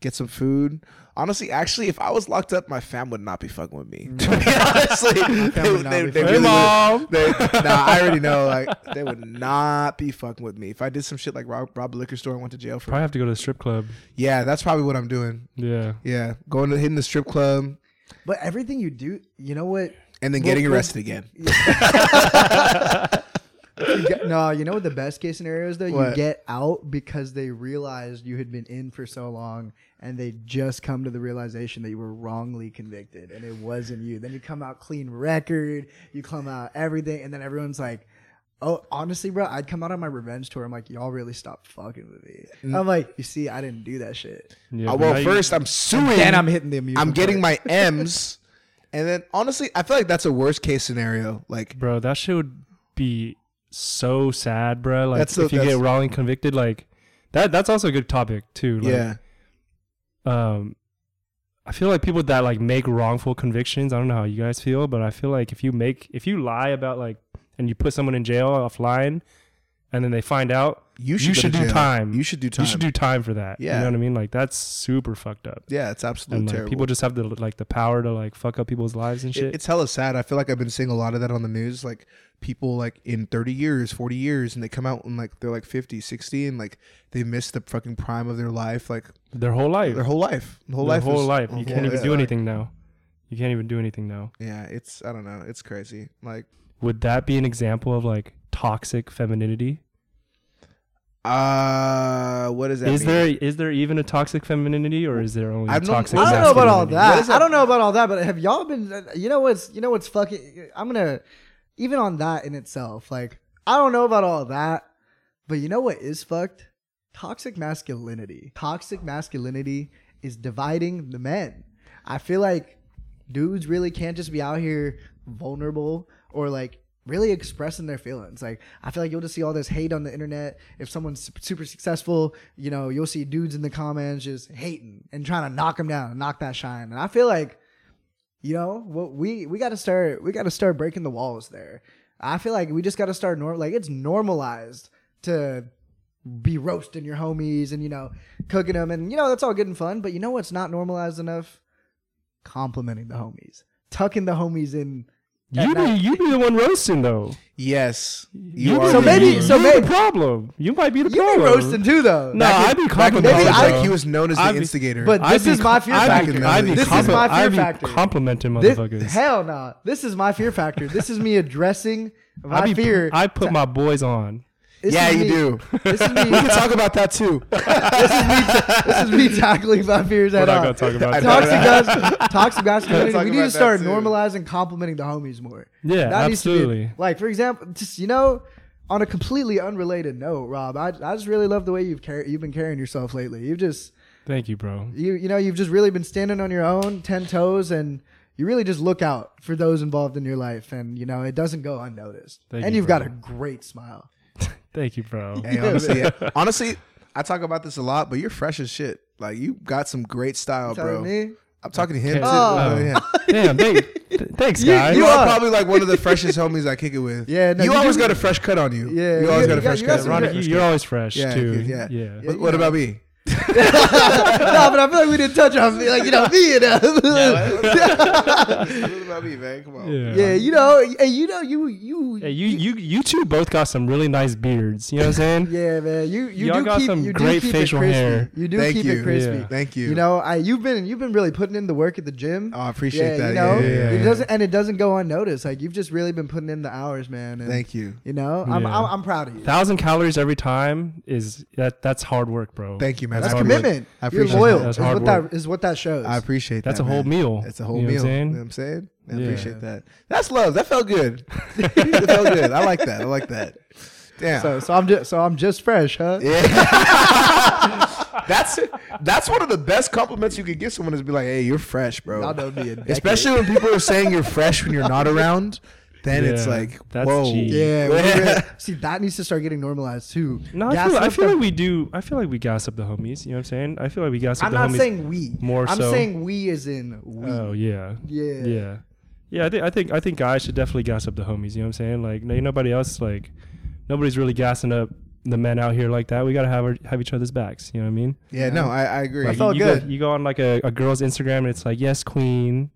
Get some food. Honestly, actually, if I was locked up, my fam would not be fucking with me. To be honestly, they,
would not
they,
be
they
fucking
really
with
mom.
would- they- nah, I already know. Like, they would not be fucking with me if I did some shit like rob, rob a liquor store and went to jail for.
Probably have to go to the strip club.
Yeah, that's probably what I'm doing.
Yeah.
Yeah, going to hitting the strip club
But everything you do, you know what?
and then
Well,
getting
well-
arrested again.
You get- no, you know what the best case scenario is though?
What?
You get out because they realized you had been in for so long and they just come to the realization that you were wrongly convicted and it wasn't you. Then you come out clean record, you come out everything, and then everyone's like, Oh, honestly, bro, I'd come out on my revenge tour. I'm like, y'all really stopped fucking with me.
Mm.
I'm like, you see, I didn't do that shit.
yeah
Uh,
but now
well,
you-
first I'm suing.
Then I'm hitting the amusement
I'm getting
park.
my M's, And then honestly, I feel like that's a worst case scenario. Like
bro. That shit would be so sad, bro. Like
That's the-
if you get
that's-
Rowling convicted, like that. That's also a good topic too. Like,
yeah,
um I feel like people that like make wrongful convictions, I don't know how you guys feel, but I feel like if you make if you lie about like and you put someone in jail offline and then they find out,
you
you
go
should
to
do
jail.
time.
You should do time.
you should do time for that. You
Yeah.
know what I mean? Like that's super fucked up.
Yeah, it's absolutely
and like
terrible.
people just have the like the power to like fuck up people's lives and
It-
shit.
it's hella sad. I feel like I've been seeing a lot of that on the news. Like people like in 30 years, 40 years, and they come out and like they're like 50, 60, and like they miss the fucking prime of their life, like
their whole life.
their whole life. The whole
Their
life.
whole
is-
life.
whole
You can't even
life.
do anything now. You can't even do anything now.
Yeah, it's I don't know. It's crazy. Like
Would that be an example of like toxic femininity?
uh what is that?
Is
mean?
there is there even a toxic femininity or is there only
I
a
don't-
toxic?
What
I don't know about all
masculinity?
that. I don't know about all that, but have y'all been? You know what's? You know what's fucking? I'm gonna even on that in itself. Like I don't know about all that, but you know what is fucked? Toxic masculinity. Toxic masculinity is dividing the men. I feel like dudes really can't just be out here vulnerable or like really expressing their feelings. Like I feel like you'll just see all this hate on the internet. If someone's sup- super successful, you know, you'll see dudes in the comments just hating and trying to knock them down, knock that shine. And I feel like, you know, what we we got to start we got to start breaking the walls there. I feel like we just got to start norm like it's normalized to be roasting your homies and you know cooking them and you know that's all good and fun but you know what's not normalized enough complimenting the homies tucking the homies in
You be you be the one roasting though.
Yes.
You,
are
be-
So
the
maybe-
one.
you're
so maybe-
the problem. You might be the
you be
problem.
roasting too though
No, I'd be
Back in
complimenting.
the
Maybe
day,
I-
like, he was known as
I'd
the
be-
instigator.
But this is my fear
I'd
factor.
Be, I'd be
This is
compli-
my fear
I'd be
factor.
complimenting
This-
motherfuckers.
hell no. This is my fear factor. This is me addressing my
I be,
fear.
I put my boys on.
This
yeah,
is
you
me-
do.
This is
we
me.
can talk about that too.
this is me tackling my fears
We're
head
not
on.
gonna talk about
Toxic
that.
guys, toxic masculinity.
Talk
We need
about
to start
that too.
normalizing complimenting the homies more.
Yeah,
needs to be-
absolutely.
like for example, just you know, on a completely unrelated note, Rob, I, I just really love the way you've car- you've been carrying yourself lately. You've just
Thank you, bro.
you you know you've just really been standing on your own ten toes and you really just look out for those involved in your life and you know it doesn't go unnoticed
Thank
and
you,
you've got
bro.
a great smile
Thank you, bro.
Hey, honestly, yeah. honestly, I talk about this a lot, but you're fresh as shit. Like you got some great style,
Telling
Oh, bro.
me?
I'm talking to him too.
Okay.
I'm
Oh.
talking to
Damn,
him.
thank, th- thanks,
You-
guys.
You,
you
are
are.
probably like one of the freshest homies I kick it with.
Yeah, no,
you,
you
always
do-
got a fresh cut on you.
Yeah,
you
you
always
got-
got a
you got-
fresh
you got
cut.
some
Ronnie,
good-
you, you're always fresh
Yeah,
too.
yeah.
yeah.
What, what about me?
no but i feel like we didn't touch on like you know me and uh,
what about me, man? Come on.
Yeah.
yeah you know and you know you you
Hey, you, you you two both got some really nice beards. You know what I'm saying?
yeah man you you
Y'all
do
got
keep
some
you
great
do keep
facial
it crispy.
hair.
you do
Thank
keep
you.
it crispy
Yeah.
Thank you.
you know i you've been you've been really putting in the work at the gym
Oh, I appreciate that.
you know
yeah, yeah,
it
yeah.
doesn't and it doesn't go unnoticed like you've just really been putting in the hours man and
Thank you.
you know I'm,
Yeah.
I'm i'm proud of you
Thousand calories every time is that that's hard work, bro.
Thank you, man.
That's
I appreciate-
commitment.
I
You're
appreciate
loyal.
that.
That's
is
hard
what that is what that shows.
I appreciate
That's
that.
a whole
man.
meal.
It's a whole
You know what
meal.
I'm saying?
You know what I'm saying? I
Yeah.
appreciate that. That's love. That felt good. that felt good. I like that. I like that. Damn.
so so I'm just so I'm just fresh, huh?
Yeah. that's that's one of the best compliments you could give someone is be like, "Hey, you're fresh, bro."
Y'all know me a decade.
Especially when people are saying you're fresh when you're not around, then it's
Yeah,
like,
that's
"Whoa,
G.
Yeah, we really- see that needs to start getting normalized too.
No, I
Gas
feel, I
up
feel
the-
like we do. I feel like we gas up the homies. You know what I'm saying? I feel like we gas up
I'm
the
not
homies.
saying we.
more
I'm
so.
saying we is in we.
oh yeah,
Yeah.
yeah, yeah. I think I think I think guys should definitely gas up the homies. You know what I'm saying? Like no- nobody else. Like nobody's really gassing up the men out here like that. We gotta have our, have each other's backs. You know what I mean?
Yeah, no, I, I agree.
Like,
That's all
you, you
good.
Go, you go on like a, a girl's Instagram and it's like, yes, queen.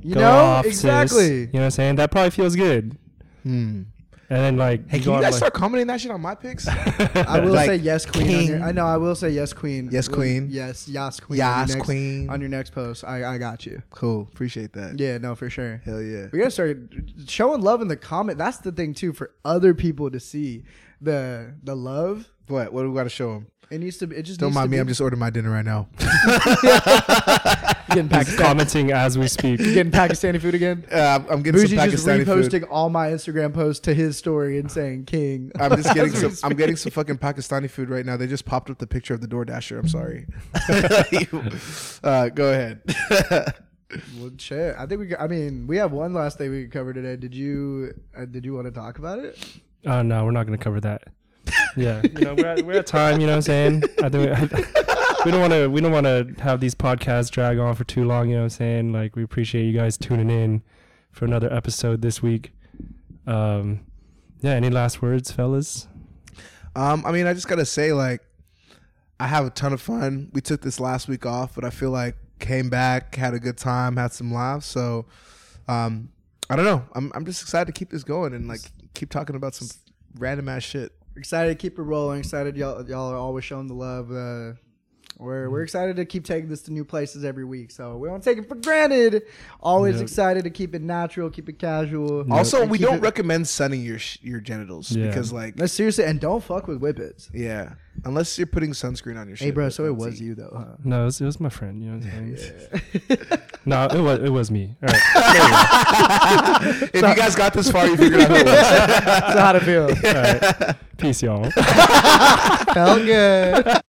you
go
know
off, sis."
exactly.
You know what I'm saying? That probably feels good.
Hmm.
And then like,
Hey,
you
can
go
you
on,
guys
like-
start commenting that shit on my pics?
I will
Like,
say yes, queen. On
king.
your, I know I will say yes, queen.
Yes,
Will-
queen.
Yes, yes, queen. on your
Yas
next-
queen.
on your next post. I I got you.
cool, appreciate that.
Yeah, no, for sure.
Hell yeah.
We gotta start showing love in the comment. That's the thing too for other people to see the the love.
What? What do we got to show them?
It needs to. be- It just
Don't
needs
mind
to
me.
Be,
I'm just ordering my dinner right now.
getting,
He's
Pakistan,
commenting as we speak.
getting Pakistani food again.
Uh, I'm getting
Bougie
some
just
Pakistani
reposting
food.
all my Instagram posts to his story and saying "King."
I'm just getting
As
some.
we
I'm
speak.
getting some fucking Pakistani food right now. They just popped up the picture of the DoorDasher. I'm sorry. uh, go ahead.
Well, shit. I think we. Got, I mean, we have one last thing we could cover today. Did you? Uh, did you want to talk about it?
Uh, no, we're not going to cover that. Yeah, you know, we're at, we're at time. You know what I'm saying? I think we don't want to we don't want to have these podcasts drag on for too long. You know what I'm saying? Like we appreciate you guys tuning in for another episode this week. Um, yeah. Any last words, fellas?
Um, I mean, I just gotta say, like, I have a ton of fun. We took this last week off, but I feel like came back, had a good time, had some laughs. So, um, I don't know. I'm I'm just excited to keep this going and like keep talking about some random ass shit.
Excited to keep it rolling. Excited y'all. Y'all are always showing the love. Uh, we're we're excited to keep taking this to new places every week. So we don't take it for granted. Always
Yep.
excited to keep it natural, keep it casual.
Also,
And
we
keep
don't
it-
recommend sunning your sh- your genitals
Yeah.
because like.
No, seriously, and don't fuck with whippets.
yeah, unless you're putting sunscreen on your shit.
Hey, bro. So it
That's
was you though, huh?
No, it was, it was my friend. You know what I'm saying? no, it was it was me. All right.
If you guys got this far, you figured out who it was.
That's how it feel.
All right. Peace, y'all.
Felt good.